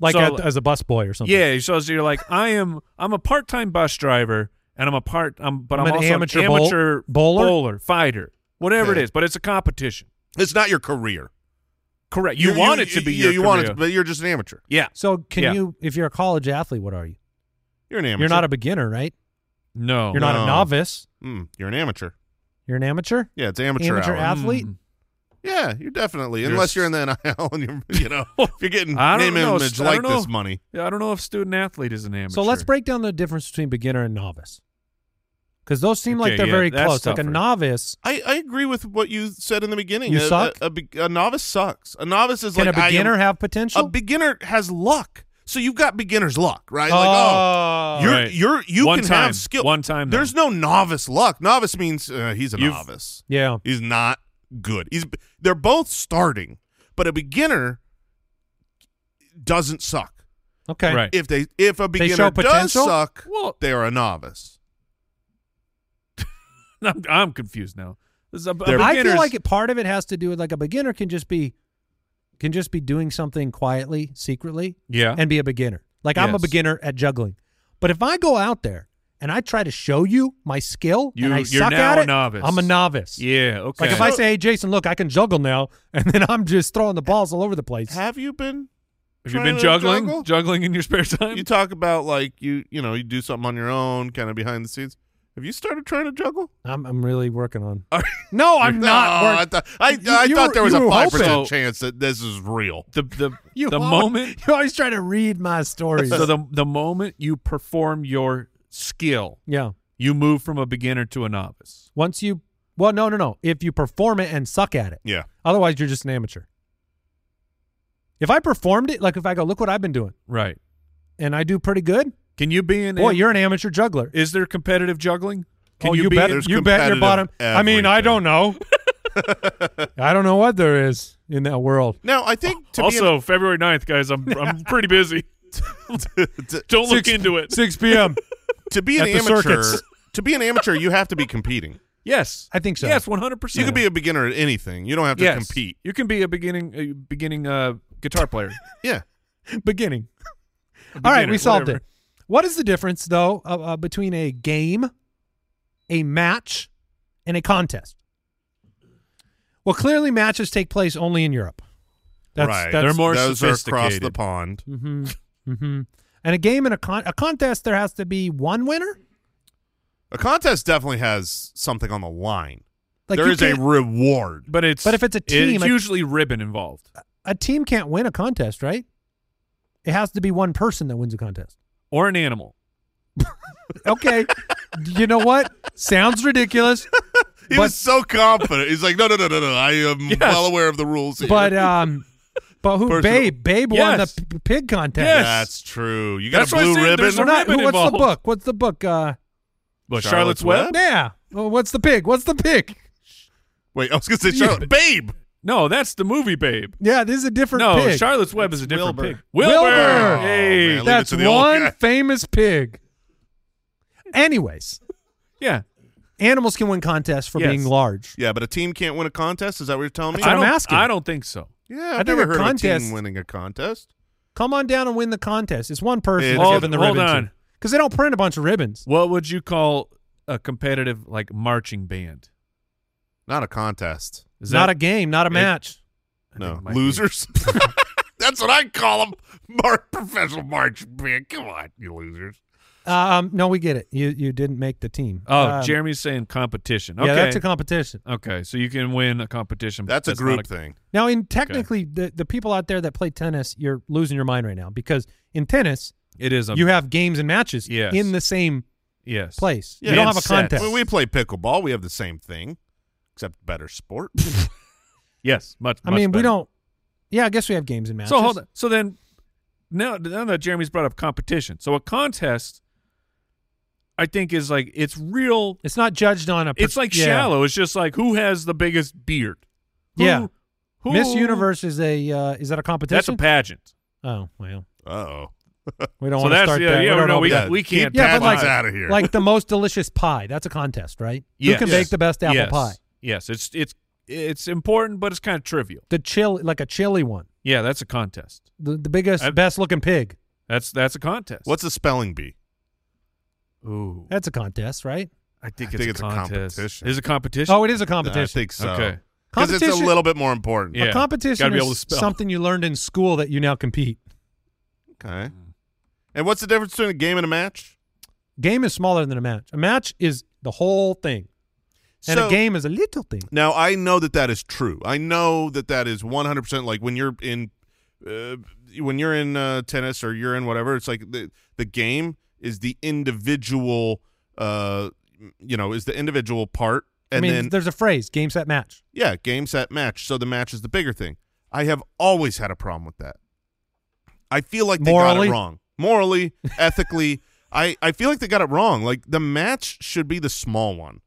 Like
So-
at- as a busboy or something.
Yeah, so, so you're like, I am I'm a part time bus driver, and I'm a part, I'm, but
I'm
I'm,
an
also
amateur
an
bowl-
amateur
bowler?
fighter, whatever
Okay.
it is. But it's a competition.
It's not your career.
Correct. You,
You're-
want it to be
you,
your
you want it,
career.
to- but you're just an amateur.
yeah.
So can
Yeah.
you, if you're a college athlete, what are you?
You're an amateur.
You're not a beginner, right?
Oh, No.
you're not
no.
a novice.
Mm, you're an amateur.
You're an amateur.
Yeah, it's amateur,
Amateur
hour.
ath- athlete?
Mm.
yeah, you're definitely
You're
unless
s-
you're in the NIL and you're you know if you're getting
I don't
name
know,
image
I
like
don't know.
this money.
Yeah, I don't know if student athlete is an amateur.
So let's break down the difference between beginner and novice, because those seem
Okay,
like they're
yeah,
very
that's
close. Like
tougher.
a novice,
I, I agree with what you said in the beginning.
You
a,
suck?
A, a be- a novice sucks. A novice is
can
like
a beginner
I am-
have potential?
a beginner has luck. So you've got beginner's luck, right?
oh,
you're
Right.
you're you
One
can
time.
have skill.
One time, though.
There's no novice luck. Novice means uh, he's a
You've-
novice.
yeah.
He's not good. He's they're both starting, but a beginner doesn't suck.
Okay.
Right.
If they if a
show
beginner does
potential?
suck,
Well,
they are a novice.
I'm, I'm confused now. This is a, a
They're-
I feel
beginner's-
like it, part of it has to do with like a beginner can just be can just be doing something quietly, secretly,
yeah.
and be a beginner. Like I'm a
Yes.
beginner at juggling, but if I go out there and I try to show you my skill
You-
and I
you're
suck
now
at
a
it,
novice.
I'm a novice.
yeah. Okay.
Like if I say, "Hey Jason, look, I can juggle now," and then I'm just throwing the balls all over the place.
Have you been?
have you
trying
been
to
juggling,
juggle?
juggling in your spare time?
You talk about like you you know you do something on your own, kind of behind the scenes. Have you started trying to juggle?
I'm, I'm really working on.
Are-
No, I'm not.
No,
work-
I, thought I,
You-
I
you
thought
were-
there was
you
a
were
five percent
hoping.
chance that this is real.
the the
You
the
always-
moment
you always try to read my stories.
so the the moment you perform your skill,
yeah.
you move from a beginner to a novice.
Once you, well, no, no, no. If you perform it and suck at it,
Yeah,
otherwise you're just an amateur. If I performed it, like if I go, look what I've been doing,
Right.
and I do pretty good,
Can you be an
boy, you're an amateur juggler.
Is there competitive juggling? Can
oh, you,
be
bet,
there's
you bet your
competitive
bottom. I mean, I don't know. I don't know what there is in that world.
Now I think to
also, February 9th, guys, I'm I'm pretty busy.
be an, to,
Don't look
Six-
into it.
6 p.m.
to be an
At the
amateur,
circuits.
to be an amateur, you have to be competing.
Yes,
I think so.
Yes, 100.
You
percent
can be a beginner at anything. You don't have to
yes.
compete.
You can be a beginning a beginning uh, guitar player.
Yeah,
beginning. All right,
beginner,
we solved
whatever.
it. What is the difference, though, uh, uh, between a game, a match, and a contest? Well, clearly, matches take place only in Europe. That's,
right.
That's,
They're more
Those are across the
sophisticated.
pond.
hmm hmm And a game and a con- a contest, there has to be one winner.
A contest definitely has something on the line.
Like
there
you
is a
can't-
reward.
But it's
But if it's a team,
it's
I-
usually ribbon involved.
a team can't win a contest, right? It has to be one person that wins a contest.
or an animal.
Okay, you know what? Sounds ridiculous,
He
But-
was so confident. He's like, no, no, no, no, no. I am
Yes.
well aware of the rules. Here.
but um, but who?
Personal.
Babe, Babe won
Yes.
the p- pig contest.
Yes.
that's true. You got
That's
a
what I
blue
said.
ribbon.
There's
We're
a
not-
ribbon
who- what's the
involved.
book? What's the book? Uh,
What,
Charlotte's
Charlotte's Web?
Web?
yeah. Well, what's the pig? What's the pig?
Wait, I was gonna say Charlotte. Babe.
No, that's the movie Babe.
Yeah, this is a different
No,
pig.
Charlotte's Web is a different
Wilbur.
pig.
Wilbur! Oh,
Hey.
man. Leave it
That's
to the old
one
guy.
famous pig. Anyways,
Yeah.
animals can win contests for
Yes.
being large.
Yeah, but a team can't win a contest. Is that what you're telling me?
That's what
I
I'm
don't,
asking.
I don't think so.
yeah,
I
I've
think
never
a
heard of a
contest-
team winning a contest.
Come on down and win the contest. It's one person
It's-
that's
Hold-
given the
hold
ribbon
on.
because they don't print a bunch of ribbons.
What would you call a competitive like marching band?
Not a contest.
Is
not
that
a game, not a
it-
match.
I think
No
it might be.
losers. That's what I call them. Mark professional march man. Come on, you losers.
Um, no, we get it. You you didn't make the team.
Oh,
Um,
Jeremy's saying competition. Okay.
Yeah, that's a competition.
okay, so you can win a competition. but
That's, a
not
group thing.
Now, in technically, the, the people out there that play tennis, you're losing your mind right now because in tennis,
It is a
you have games and matches
Yes.
in the same
yes.
place.
Yeah,
you don't
and
have a
sets.
contest.
When we play pickleball, we have the same thing, except better sport.
Yes, much.
I
much
mean, we
better.
don't. Yeah, I guess we have games and matches.
So hold on. So then, now, now that Jeremy's brought up competition, so a contest, I think is like it's real.
It's not judged on a. per-
It's like
yeah.
shallow. It's just like who has the biggest beard. Who-
Yeah.
who-
Miss Universe is a uh, is that a competition?
That's a pageant.
oh well,
oh,
we don't
So
want to
that's
start
yeah,
that.
yeah.
we don't
no,
know
we,
about
that.
we can't.
Yeah,
talk
but like-
about it.
out of here.
that. Like the most delicious pie. That's a contest, right? Who
Yes.
can
Yes.
bake the best apple
yes.
pie?
Yes, it's it's it's important, but it's kind of trivial.
The chili, like a chili one.
Yeah, that's a contest.
The the biggest,
I-
best looking pig.
That's that's a contest.
what's a spelling bee?
Ooh?
That's a contest, right?
I think
I
it's
think
a
it's a
contest.
competition.
Is a competition?
Oh, it is a competition.
I think so.
Okay.
because it's a
Competition-
little bit more important.
Yeah.
A competition
Gotta be
is
able to spell.
something you learned in school that you now compete.
Okay.
Mm.
And what's the difference between a game and a match?
Game is smaller than a match. A match is the whole thing, and
So-
a game is a little thing.
Now I know that that is true. I know that that is 100% like when you're in uh, when you're in uh, tennis or you're in whatever, it's like the the game is the individual uh you know, is the individual part and
I mean,
then
there's a phrase: game, set, match.
yeah, game set match. So the match is the bigger thing. I have always had a problem with that. I feel like they got
Morally?
it wrong. Morally, ethically, I I feel like they got it wrong. Like the match should be the small one.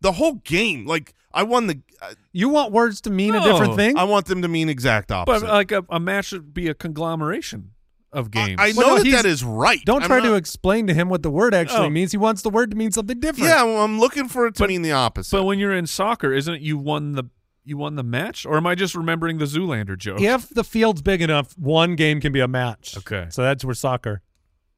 The whole game, like I won the I-
You want words to mean a
No.
different thing?
I want them to mean exact
But
opposite.
uh,
like a, a match should be a conglomeration of
I,
games.
I know
Well, no,
that
he's-
that is right.
Don't
I'm
try to
not-
explain to him what the word actually
Oh.
means. He wants the word to mean something different.
Yeah, well, I'm looking for it to
But-
mean the opposite.
but when you're in soccer, isn't it you won the you won the match? Or am I just remembering the Zoolander joke?
If the field's big enough, one game can be a match.
Okay.
So that's where soccer.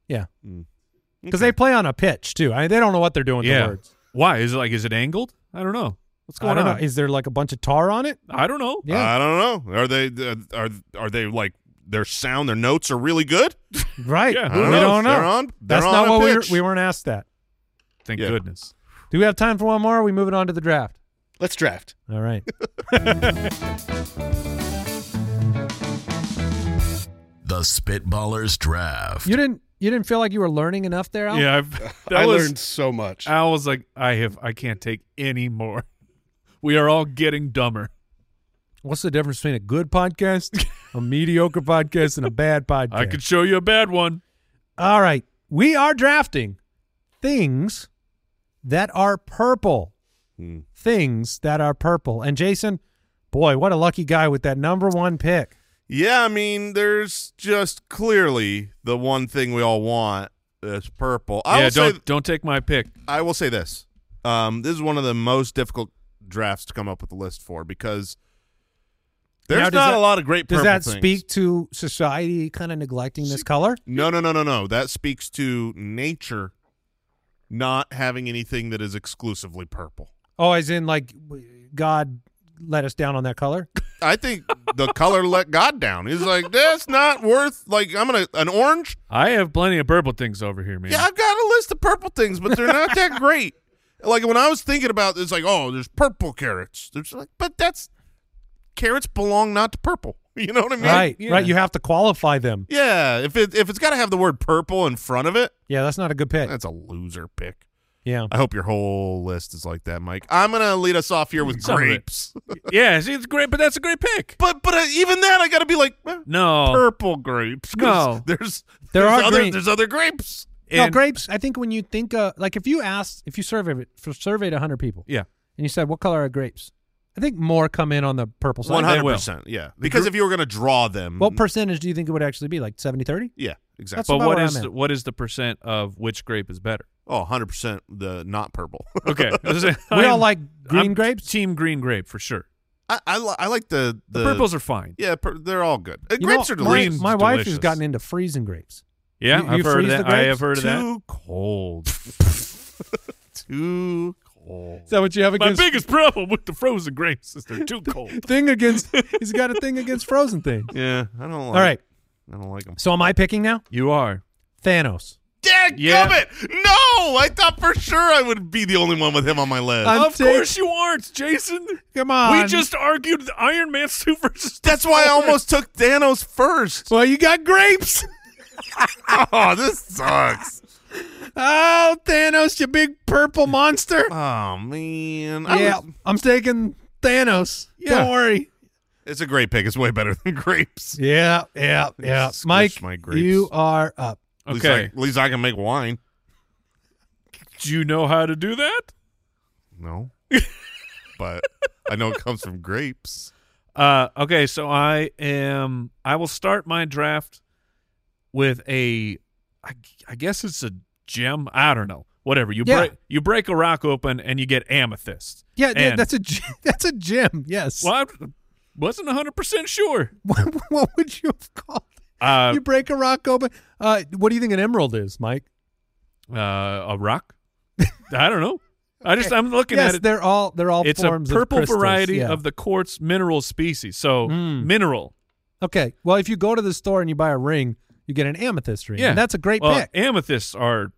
Yeah. Because
Okay.
they play on a pitch too. I mean, they don't know what they're doing with
Yeah.
the words.
Why is it like is it angled? I don't know. What's
I
going
don't
on?
know. Is there like a bunch of tar on it?
I don't know.
Yeah.
I don't know. Are they uh, are are they like their sound, their notes are really good?
right.
Yeah,
I
who
we
don't know.
don't know.
They're on. They're
that's
on
not
a
what we were,
pitch.
we weren't asked that.
Thank
Yeah.
goodness.
Do we have time for one more? Or are we moving on to the draft?
Let's draft.
All right.
The Spitballers Draft.
you didn't you didn't feel like you were learning enough there, Al?
Yeah, I've, that
I
was,
learned so much.
I was like, I have, I can't take any more. We are all getting dumber.
What's the difference between a good podcast, a mediocre podcast, and a bad podcast?
I could show you a bad one.
All right. We are drafting things that are purple.
Hmm.
Things that are purple. And Jason, boy, what a lucky guy with that number one pick.
Yeah, I mean, there's just clearly the one thing we all want. That's purple. I
yeah,
will
don't
say
don't take my pick.
I will say this. Um, this is one of the most difficult drafts to come up with a list for because
Now,
there's
does
not
that-
a lot of great.
Does
purple
that
things.
speak to society kind of neglecting this color?
No, no, no, no, no. That speaks to nature not having anything that is exclusively purple.
Oh, as in like w- God let us down on that color?
I think the color let God down. He's like, that's not worth like I'm gonna an orange.
I have plenty of purple things over here, man.
Yeah, I've got a list of purple things, but they're not that great. Like when I was thinking about this, like, oh, there's purple carrots. There's like, but that's carrots belong not to purple. You know what I mean?
right.
yeah.
Right. You have to qualify them.
Yeah. If it if it's got to have the word purple in front of it,
Yeah, that's not a good pick.
that's a loser pick.
yeah.
I hope your whole list is like that, Mike. I'm gonna lead us off here with
Some of it.
grapes.
yeah, see, it's great, but that's a great pick.
But but uh, even that, I gotta be like eh,
No,
purple grapes. 'cause
No.
there's
There
there's
are
other
green-
there's other grapes.
no,
And-
grapes. I think when you think uh like if you asked if you surveyed if surveyed 100 people
Yeah,
and you said what color are grapes? I think more come in on the purple side.
One
they
hundred
will.
percent. Yeah, because if you were gonna draw them,
What percentage do you think it would actually be? Like 70 30?
yeah, exactly.
That's
but
about
what
where
is
I'm at.
the, what is the percent of which grape is better?
Oh, 100 percent. The not purple.
Okay,
We all like green
I'm
grapes?
Team green grape for sure.
I I, li- I like the, the
The, purples are fine.
Yeah, pur- they're all good. Uh,
You
grapes
know,
are
my-
delicious.
My, wife has
delicious.
gotten into freezing grapes.
Yeah,
You-
I've
you
heard of
freeze
that.
the
I
grapes?
have heard of that.
Too cold. Too cold.
Is that what you have
My
against?
biggest problem with the frozen grapes is they're too cold.
thing against. he's got a thing against frozen things.
Yeah, I don't like.
All right.
I don't like them.
So am I picking now?
You are.
Thanos.
Dad,
Yeah.
it! No, I thought for sure I would be the only one with him on my list.
I'm
of
taking-
course you aren't, Jason.
Come on.
we just argued the Iron Man two versus.
That's why I almost took Thanos first.
Well, you got grapes.
Oh, this sucks.
Oh, Thanos, you big purple monster.
Oh man. I
yeah,
was-
I'm taking Thanos.
Yeah.
Don't worry.
it's a great pick. It's way better than grapes.
Yeah, yeah,
yeah.
yeah. Mike,
Squish my grapes.
you are up.
At least, I,
Okay.
at least I can make wine.
Do you know how to do that?
No, but I know it comes from grapes.
Uh, okay, so I am. I will start my draft with a. I, I guess it's a gem. I don't know. Whatever you
Yeah.
break, you break a rock open and you get amethyst.
Yeah, yeah
And-
that's a gy- that's a gem. Yes.
Well, I wasn't hundred percent sure.
What, what would you have called? it?
Uh,
you break a rock open. Uh, what do you think an emerald is, Mike?
uh, a rock. I don't know. I just I'm looking
yes,
at it.
they're all they're all
It's a
forms of
purple
crystals,
variety
yeah.
of the quartz mineral species. So
Mm.
mineral.
Okay, well, if you go to the store and you buy a ring, you get an amethyst ring.
Yeah,
and that's a great
Well,
pick.
Amethysts are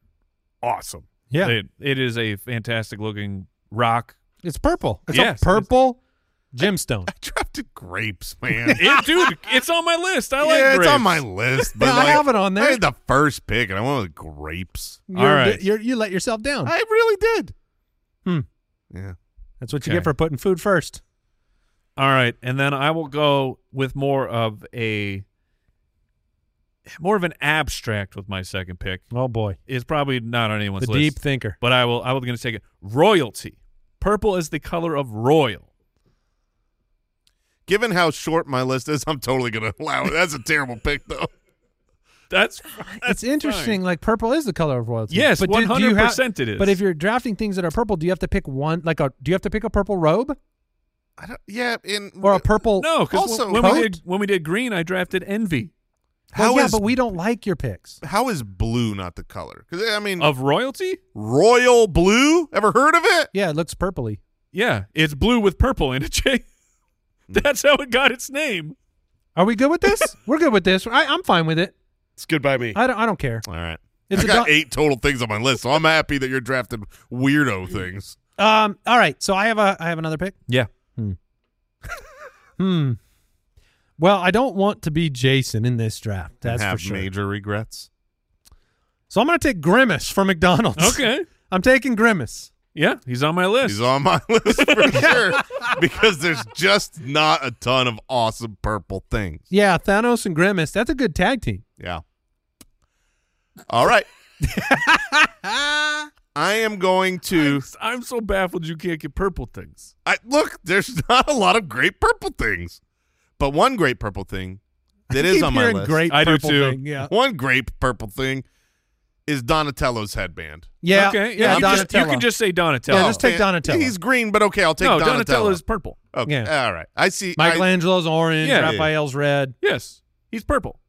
awesome.
Yeah,
It- it is a fantastic looking rock.
it's purple. It's
Yes,
a
it's-
purple gemstone.
Drafted grapes, man.
It, dude, it's on my list. I like
yeah, it's on
grapes.
my list, but
Yeah, I
like,
have it on there.
I had the first pick, and I went with grapes.
You're-
right.
you're, you let yourself down.
I really did.
Hmm.
Yeah.
That's what you
Okay.
get for putting food first.
All right, and then I will go with more of a more of an abstract with my second pick.
Oh boy,
Is probably not on anyone's
the
list.
deep thinker.
but I will. I was going to take it. Royalty. Purple is the color of royal.
Given how short my list is, I'm totally gonna allow it. That's a terrible pick, though.
That's
it's interesting. Like purple is the color of royalty.
Yes,
do- do you have-
100% it is.
But if you're drafting things that are purple, do you have to pick one? Like a do you have to pick a purple robe
I don't, yeah, in
or a purple?
no, because
Also-
when
Coat?
we did when we did green, I drafted envy
Well,
how
yeah,
is-
but we don't like your picks.
how is blue not the color? Because I mean,
of royalty.
royal blue. Ever heard of it?
Yeah, it looks purpley.
Yeah, it's blue with purple in it. Jay. That's how it got its name.
Are we good with this? We're good with this. I, I'm fine with it.
It's good by me.
I don't. I don't care.
All right.
It's
I
a
got
do-
eight total things on my list, so I'm happy that you're drafting weirdo things.
Um. All right. So I have a. I have another pick.
Yeah.
Hmm. Well, I don't want to be Jason in this draft. That's
have
for sure.
major regrets.
So I'm going to take Grimace from McDonald's.
Okay.
I'm taking Grimace.
Yeah, he's on my list.
He's on my list for sure because there's just not a ton of awesome purple things.
Yeah, Thanos and Grimace. That's a good tag team.
Yeah. All right. I am going to
I'm so baffled you can't get purple things.
I look, there's not a lot of great purple things. But one great purple thing that is
Keep
on my
hearing
list.
Great
I do
purple
too.
Thing. Yeah.
One great purple thing is Donatello's headband.
Yeah.
Okay.
Yeah.
you,
Donatello.
just, you can just say Donatello.
Yeah, just take
Eh,
Donatello.
He's green, but okay, I'll take
no,
Donatello.
Donatello is purple.
Okay.
Yeah.
All right. I see. I,
Michelangelo's orange.
Yeah.
Raphael's red.
Yes, he's purple.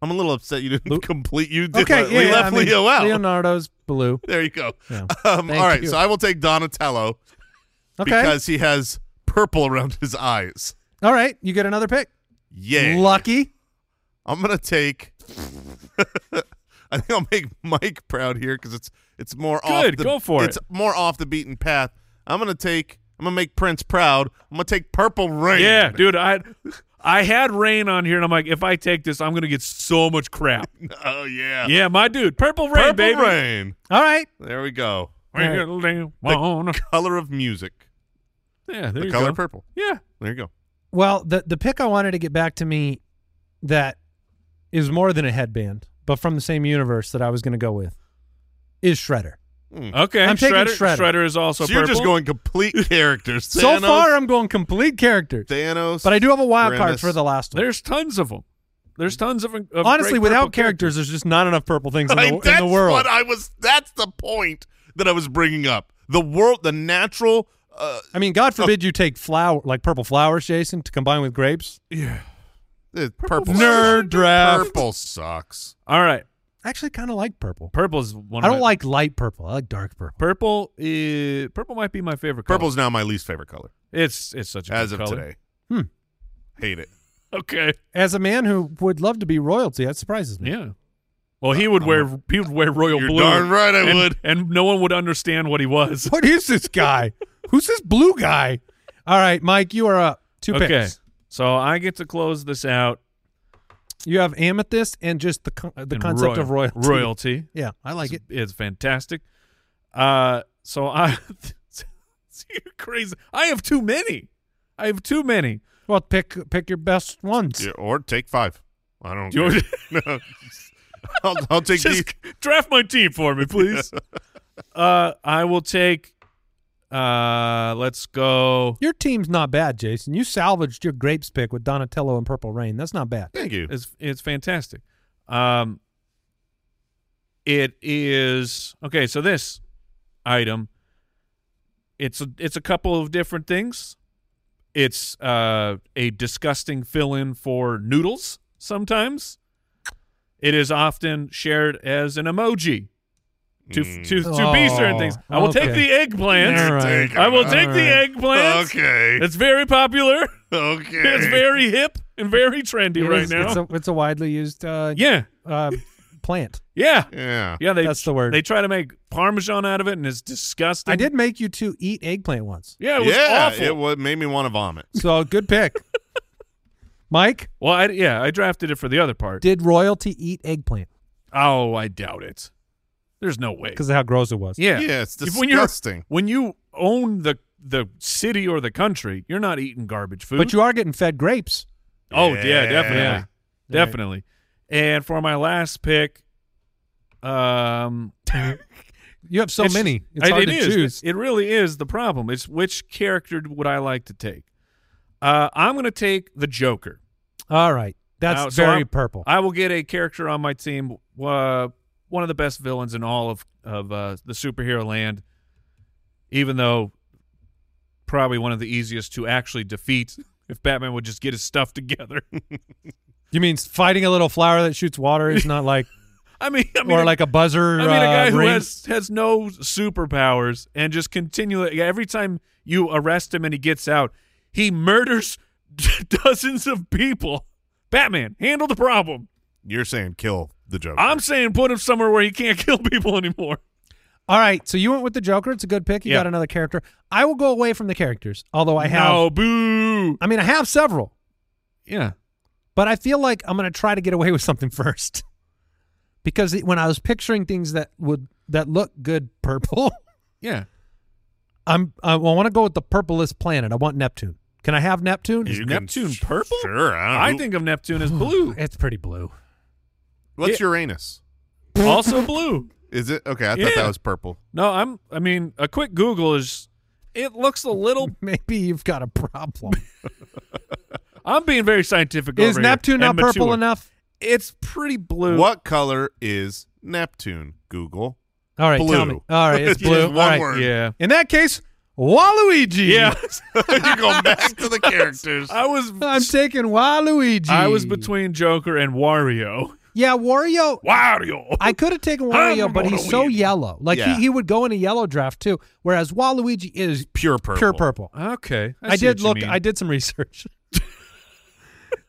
I'm a little upset you didn't
Lu-
complete. You did.
Okay.
we
yeah,
left
I mean,
Leo out.
Leonardo's blue.
There you go.
Yeah.
Um,
Thank
all right.
you.
So I will take Donatello
Okay.
because he has purple around his eyes.
All right. You get another pick.
Yay.
Lucky.
I'm gonna take. I think I'll make Mike proud here because it's it's more off.
Good,
The,
go for it.
It's more off the beaten path. I'm gonna take. I'm gonna make Prince proud. I'm gonna take Purple Rain.
Yeah, dude, I I had rain on here, and I'm like, if I take this, I'm gonna get so much crap.
Oh yeah.
yeah, my dude, purple rain,
Purple
baby.
Rain.
All right.
There we go.
We're gonna live on.
Color of music.
Yeah, there
the
you
color
go.
purple.
Yeah,
There you go.
Well, the the pick I wanted to get back to me that is more than a headband, but from the same universe that I was going to go with is Shredder.
okay.
I'm taking Shredder.
is also
So, you're
purple.
just going complete characters.
So
Thanos,
far, I'm going complete characters,
Thanos.
but I do have a wild card
Grimace.
for the last one.
There's tons of them. There's tons of, of
Honestly,
great purple characters.
without characters, there's just not enough purple things in the,
Like,
in the
that's
world.
what I was. That's the point that I was bringing up. The world, the natural. Uh,
I mean, God forbid you take flower like purple flowers, Jason, to combine with grapes.
uh, purple
Nerd draft.
Purple sucks.
All right,
I actually kind of like purple.
purple's one.
I
of
don't
my-
like light purple. I like dark purple.
purple. Is, purple might be my favorite. color.
Purple's now my least favorite color
It's it's such a
as
good
of
color.
today.
Hmm.
Hate it.
Okay.
As a man who would love to be royalty, that surprises me.
Yeah. Well, he would wear he would wear royal
Uh, You're
blue.
darn right I
and-
would.
and no one would understand what he was.
What is this guy? Who's this blue guy? All right, Mike, you are up. Two
okay.
picks.
So I get to close this out.
You have amethyst and just the con- the
in
concept
royal-
of royalty.
Royalty.
Yeah, I like it.
It's, it's fantastic. Uh, so I, you're crazy. I have too many. I have too many.
Well, pick pick your best ones.
Yeah, or take five. I don't.
You
Care. no, I'll, I'll take these.
Just draft my team for me, please. uh, I will take. Uh, let's go.
Your team's not bad, Jason. You salvaged your grapes pick with Donatello and Purple Rain. That's not bad.
Thank you.
It's it's fantastic. Um, it is okay. So this item, it's a, it's a couple of different things. It's uh, a disgusting fill-in for noodles. Sometimes it is often shared as an emoji. two two two
Oh,
beef certain things. I will take
okay.
the eggplant.
All right.
I will take
All
the
right.
eggplant.
Okay.
It's very popular.
okay.
It's very hip and very trendy
It
right
is-
now.
It's a, it's a widely used uh,
yeah.
uh, plant.
Yeah.
yeah.
Yeah, they
That's the word.
They try to make parmesan out of it and it's disgusting.
I did make you two eat eggplant once.
Yeah, it was
yeah,
awful.
it wa- made me want to vomit.
So good pick. Mike,
well, I, yeah, I drafted it for the other part.
did royalty eat eggplant?
oh, I doubt it. There's no way.
Because of how gross it was.
Yeah.
Yeah, it's
If- when you're-
disgusting.
When you own the the city or the country, you're not eating garbage food.
But you are getting fed grapes.
Oh yeah,
Yeah.
definitely,
Yeah.
definitely. And for my last pick, um,
You have so
it's-
many. It's hard
it
to
is.
choose.
It really is the problem. It's which character would I like to take? Uh, I'm going to take the Joker.
All right. That's
Uh, so
very
I'm-
purple.
I will get a character on my team, uh, one of the best villains in all of of uh, the superhero land. Even though probably one of the easiest to actually defeat if Batman would just get his stuff together.
you mean fighting a little flower that shoots water is not like,
I mean, I mean,
or like a buzzer?
I mean, a guy
uh,
who
ring?
has has no superpowers and just continually every time you arrest him and he gets out, he murders dozens of people. Batman, handle the problem.
You're saying kill the Joker.
I'm saying put him somewhere where he can't kill people anymore.
All right. So you went with the Joker. It's a good pick. You
Yeah.
got another character. I will go away from the characters, although I have.
no boo.
I mean, I have several,
Yeah,
but I feel like I'm going to try to get away with something first. Because it- when I was picturing things that would that look good purple,
yeah.
I'm I want to go with the purplest planet. I want Neptune. Can I have Neptune?
Is
You can-
Neptune purple?
Sure. I,
I
don't know.
think of Neptune as blue,
It's pretty blue.
What's Uranus?
also blue.
Is it okay? I thought
Yeah.
that was purple.
No, I'm. I mean, a quick Google is. It looks a little.
Maybe you've got a problem.
I'm being very scientific.
Is
over here
Neptune
and
not purple
mature.
enough?
It's pretty blue.
What color is Neptune? Google.
All right, tell
Blue.
me. All right, it's
Just
blue.
one
All right.
word.
Yeah.
In that case, Waluigi.
Yeah,
You're going back to the characters.
I was.
I'm taking Waluigi.
I was between Joker and Wario.
Yeah, Wario.
Wario.
I could have taken Wario,
I'm
but he's so
Waluigi.
yellow. Like
Yeah.
he, he would go in a yellow draft too. Whereas Waluigi is
Pure purple.
pure purple.
Okay,
I,
see
did
what
look.
you mean.
I did some research.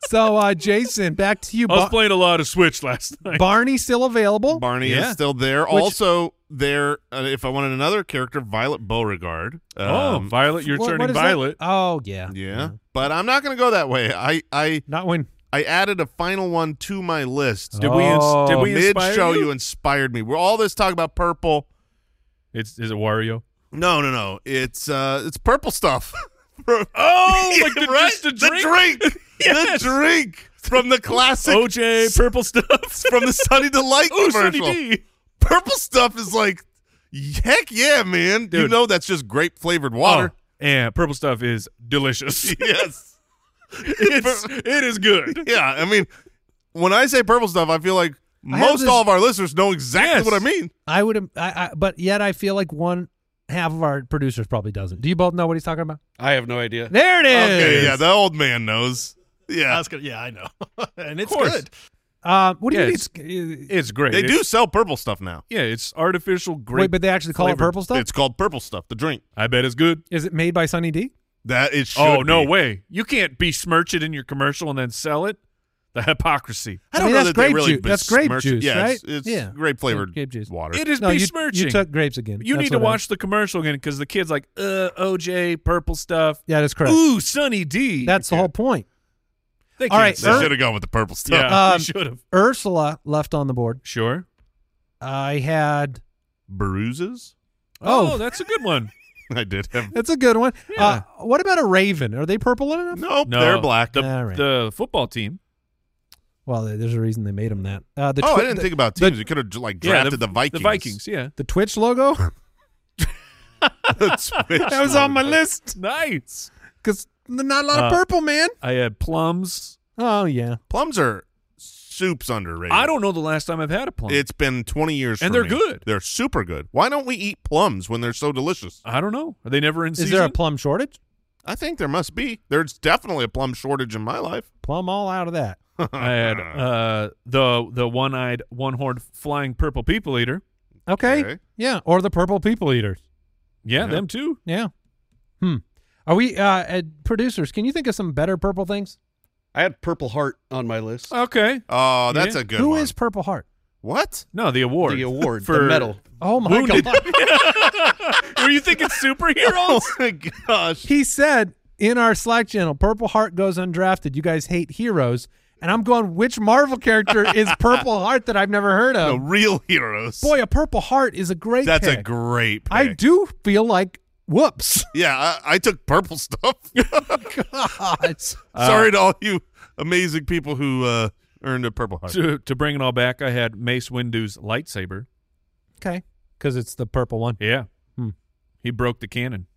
so, uh, Jason, back to you.
I was
Bar-
playing a lot of Switch last night.
Barney still available?
Barney
Yeah.
is still there.
Which-
also there. Uh, if I wanted another character, Violet Beauregard.
oh,
Um,
Violet, you're
What-
turning
what is that?
violet.
Oh yeah.
yeah. But I'm not going to go that way. I I
Not when.
I added a final one to my list.
Did we? Ins- did
Oh,
we
Mid
inspire
show
you?
you inspired me. We're all this talk about purple.
It's is it Wario?
No, no, no. It's uh, it's purple stuff. oh,
Oh, like the,
right?
just the drink.
The drink.
Yes.
The drink from the classic
OJ purple stuff.
from the Sunny Delight
Ooh, Oh, Sunny
commercial.
D.
Purple stuff is like, heck yeah, man. You
Dude.
know that's just grape flavored water.
Oh, and purple stuff is delicious.
Yes.
it's, it is good.
Yeah. I mean, when I say purple stuff, I feel like
have
most
this-
all of our listeners know exactly
Yes.
what I mean.
I would. am- I, I, but yet, I feel like one half of our producers probably doesn't. Do you both know what he's talking about?
I have no idea.
There it is.
Okay. Yeah. The old man knows.
I
Yeah.
was gonna, yeah, I know, and it's
course.
good.
Uh, what do
Yeah,
you mean? It's,
It's great.
They do
It's-
sell purple stuff now.
Yeah, it's artificial grape.
wait, but they actually call
flavored.
it purple stuff.
It's called purple stuff, the drink.
I bet it's good.
Is it made by Sunny D?
That it should
Oh no
be.
way! You can't besmirch it in your commercial and then sell it. The hypocrisy.
I
I
don't
mean,
know
that's
that they
grape
really
ju- that's grape
besmirch-
juice,
yeah, It's,
right?
it's
Yeah.
grape flavored
Grape juice.
water.
It is
No, you,
besmirching.
you took grapes again.
You
That's
need to
what I-
watch the commercial again because the kid's like, uh, OJ, purple stuff.
Yeah, that's correct.
Ooh, Sunny D.
that's the whole point.
They
all right,
can't
they
sell
Ur-
it.
should have gone with the purple stuff.
Yeah,
Um,
should have.
Ursula left on the board.
Sure.
I had.
Bruises?
Oh,
Oh,
that's a good one.
I did have.
that's a good one.
Yeah.
Uh, what about a raven? Are they purple enough?
Nope,
No,
they're black.
The,
All right.
the football team.
Well, there- there's a reason they made them that. Uh, the
oh,
twi-
I didn't
the,
think about teams. you could have like
Yeah,
drafted the, Vikings.
The Vikings. Yeah.
the Twitch logo.
That's which
that was on my
one?
list
Nice.
because not a lot
Uh,
of purple, man.
I had plums.
Oh yeah.
Plums are soups underrated.
I don't know the last time I've had a plum.
It's been 20 years,
And
for
they're
me.
good.
They're super good. Why don't we eat plums when they're so delicious?
I don't know. Are they never in
Is
season?
there a plum shortage?
I think there must be. There's definitely a plum shortage in my life.
Plum all out of that.
I had uh, the the one eyed, one horned, flying purple people eater.
Okay.
Okay.
Yeah. Or the purple people eaters.
Yeah, them too.
Yeah. Hmm. Are we uh, uh producers? Can you think of some better purple things?
I had Purple Heart on my list.
Okay.
Oh, that's
Yeah.
a good
Who
one.
is Purple Heart?
what?
No, the award.
the award,
for
the medal.
Oh my
Wounded.
god.
Were you thinking superheroes?
my gosh.
He said in our Slack channel, Purple Heart goes undrafted. You guys hate heroes. And I'm going, which Marvel character is Purple Heart that I've never heard
The
of?
real heroes.
Boy, a Purple Heart is a great
that's a
pick.
great.
I
pick.
do feel like whoops.
Yeah, I, I took purple stuff.
Uh,
Sorry to all you amazing people who uh, earned a purple heart.
to, to bring it all back, I had Mace Windu's lightsaber.
okay. Because it's the purple one.
Yeah.
Hmm.
He broke the cannon.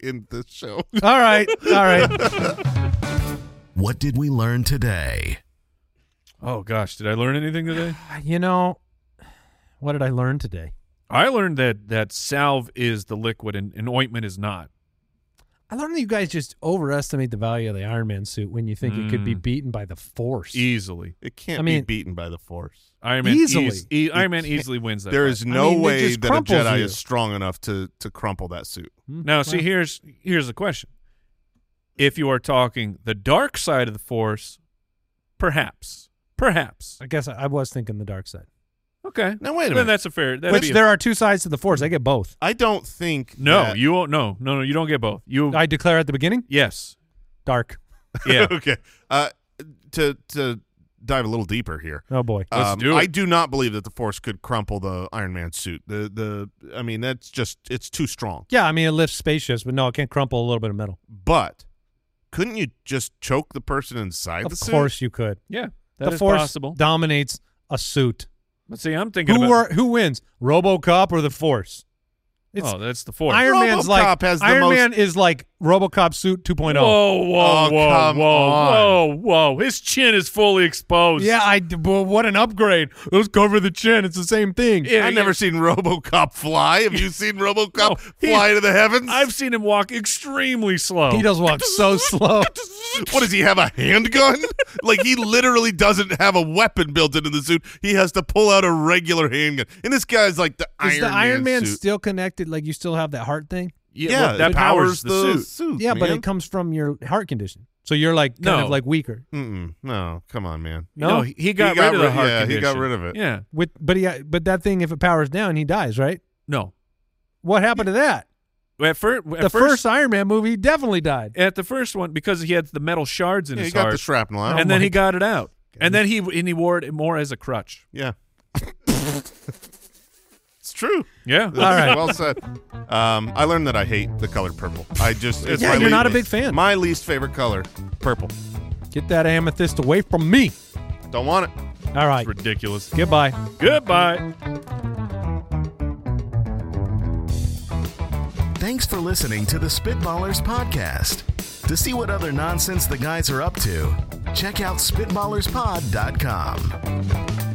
in this show.
All right. All right.
What did we learn today?
Oh, gosh. Did I learn anything today?
you know, what did I learn today?
I learned that, that salve is the liquid and, and ointment is not.
I learned that you guys just overestimate the value of the Iron Man suit when you think it could be
Mm. E-
beaten by the force.
Easily.
It can't
I mean-
be beaten by the force.
Iron Man
Easily.
eas- e- Iron Man easily wins that.
There
fight.
is no
mean, it
way
just
that a
crumples
Jedi
you.
is strong enough to to crumple that suit.
Hmm,
Now,
well,
see, here's here's the question: If you are talking the dark side of the force, perhaps, perhaps,
I guess I, I was thinking the dark side.
okay.
Now wait a
Then
minute.
that's a fair. That'd
Which
be a-
there are two sides to the force. I get both.
I don't think.
no,
that-
you won't. No, no, no. You don't get both. You
I declare at the beginning,
yes,
dark.
yeah.
okay. Uh, to to dive a little deeper here.
Oh boy.
Let's
um,
do it.
I do not believe that the force could crumple the Iron Man suit. The the I mean that's just it's too strong.
Yeah, I mean it lifts spaceships, but no, it can't crumple a little bit of metal.
But couldn't you just choke the person inside the
Of
suit?
course you could.
yeah. That
the
is
force
possible.
dominates a suit.
But see, I'm thinking
Who
about.
were, who wins? RoboCop or the Force?
oh, that's the force.
Iron Man's like
RoboCop has the
Iron
most-
Man is like RoboCop suit 2.0.
Whoa, whoa,
Oh,
whoa,
come
whoa,
on.
whoa, whoa! His chin is fully exposed.
Yeah, I d- well, what an upgrade. Let's cover the chin. It's the same thing.
Yeah,
I've never seen RoboCop fly. Have you seen RoboCop
he-
fly to the heavens?
I've seen him walk extremely slow.
He does walk so slow.
What does he have? A handgun? like he literally doesn't have a weapon built into the suit. He has to pull out a regular handgun. And this guy's like the Iron
Is the Iron Man,
suit.
still connected? Like you still have that heart thing?
Yeah,
yeah,
well, that
it
powers the, suit.
yeah, but
man.
it comes from your heart condition. So you're like kind
No.
of like weaker.
Mm-mm. no, come on, man.
No,
No?
he, he got
got
rid of the
rid-
heart
yeah, he
condition.
got rid of it.
Yeah.
With but he but that thing if it powers down he dies right.
No.
What happened to that?
At, fir- at
the first, Iron Man movie he definitely died.
at the first one because he had the metal shards in
Yeah, he
his
got
heart,
the shrapnel out.
and then
Oh my
he got it out, and then he and he wore it more as a crutch.
yeah. it's true.
Yeah.
That's
right.
Well said. Um, I learned that I hate the color purple. I just it's
Yeah,
my
you're
least-
not a big fan.
My least favorite color, purple.
Get that amethyst away from me.
Don't want it.
All right.
ridiculous.
Goodbye.
Goodbye.
Thanks for listening to the Spitballers Podcast. To see what other nonsense the guys are up to, check out SpitballersPod.com.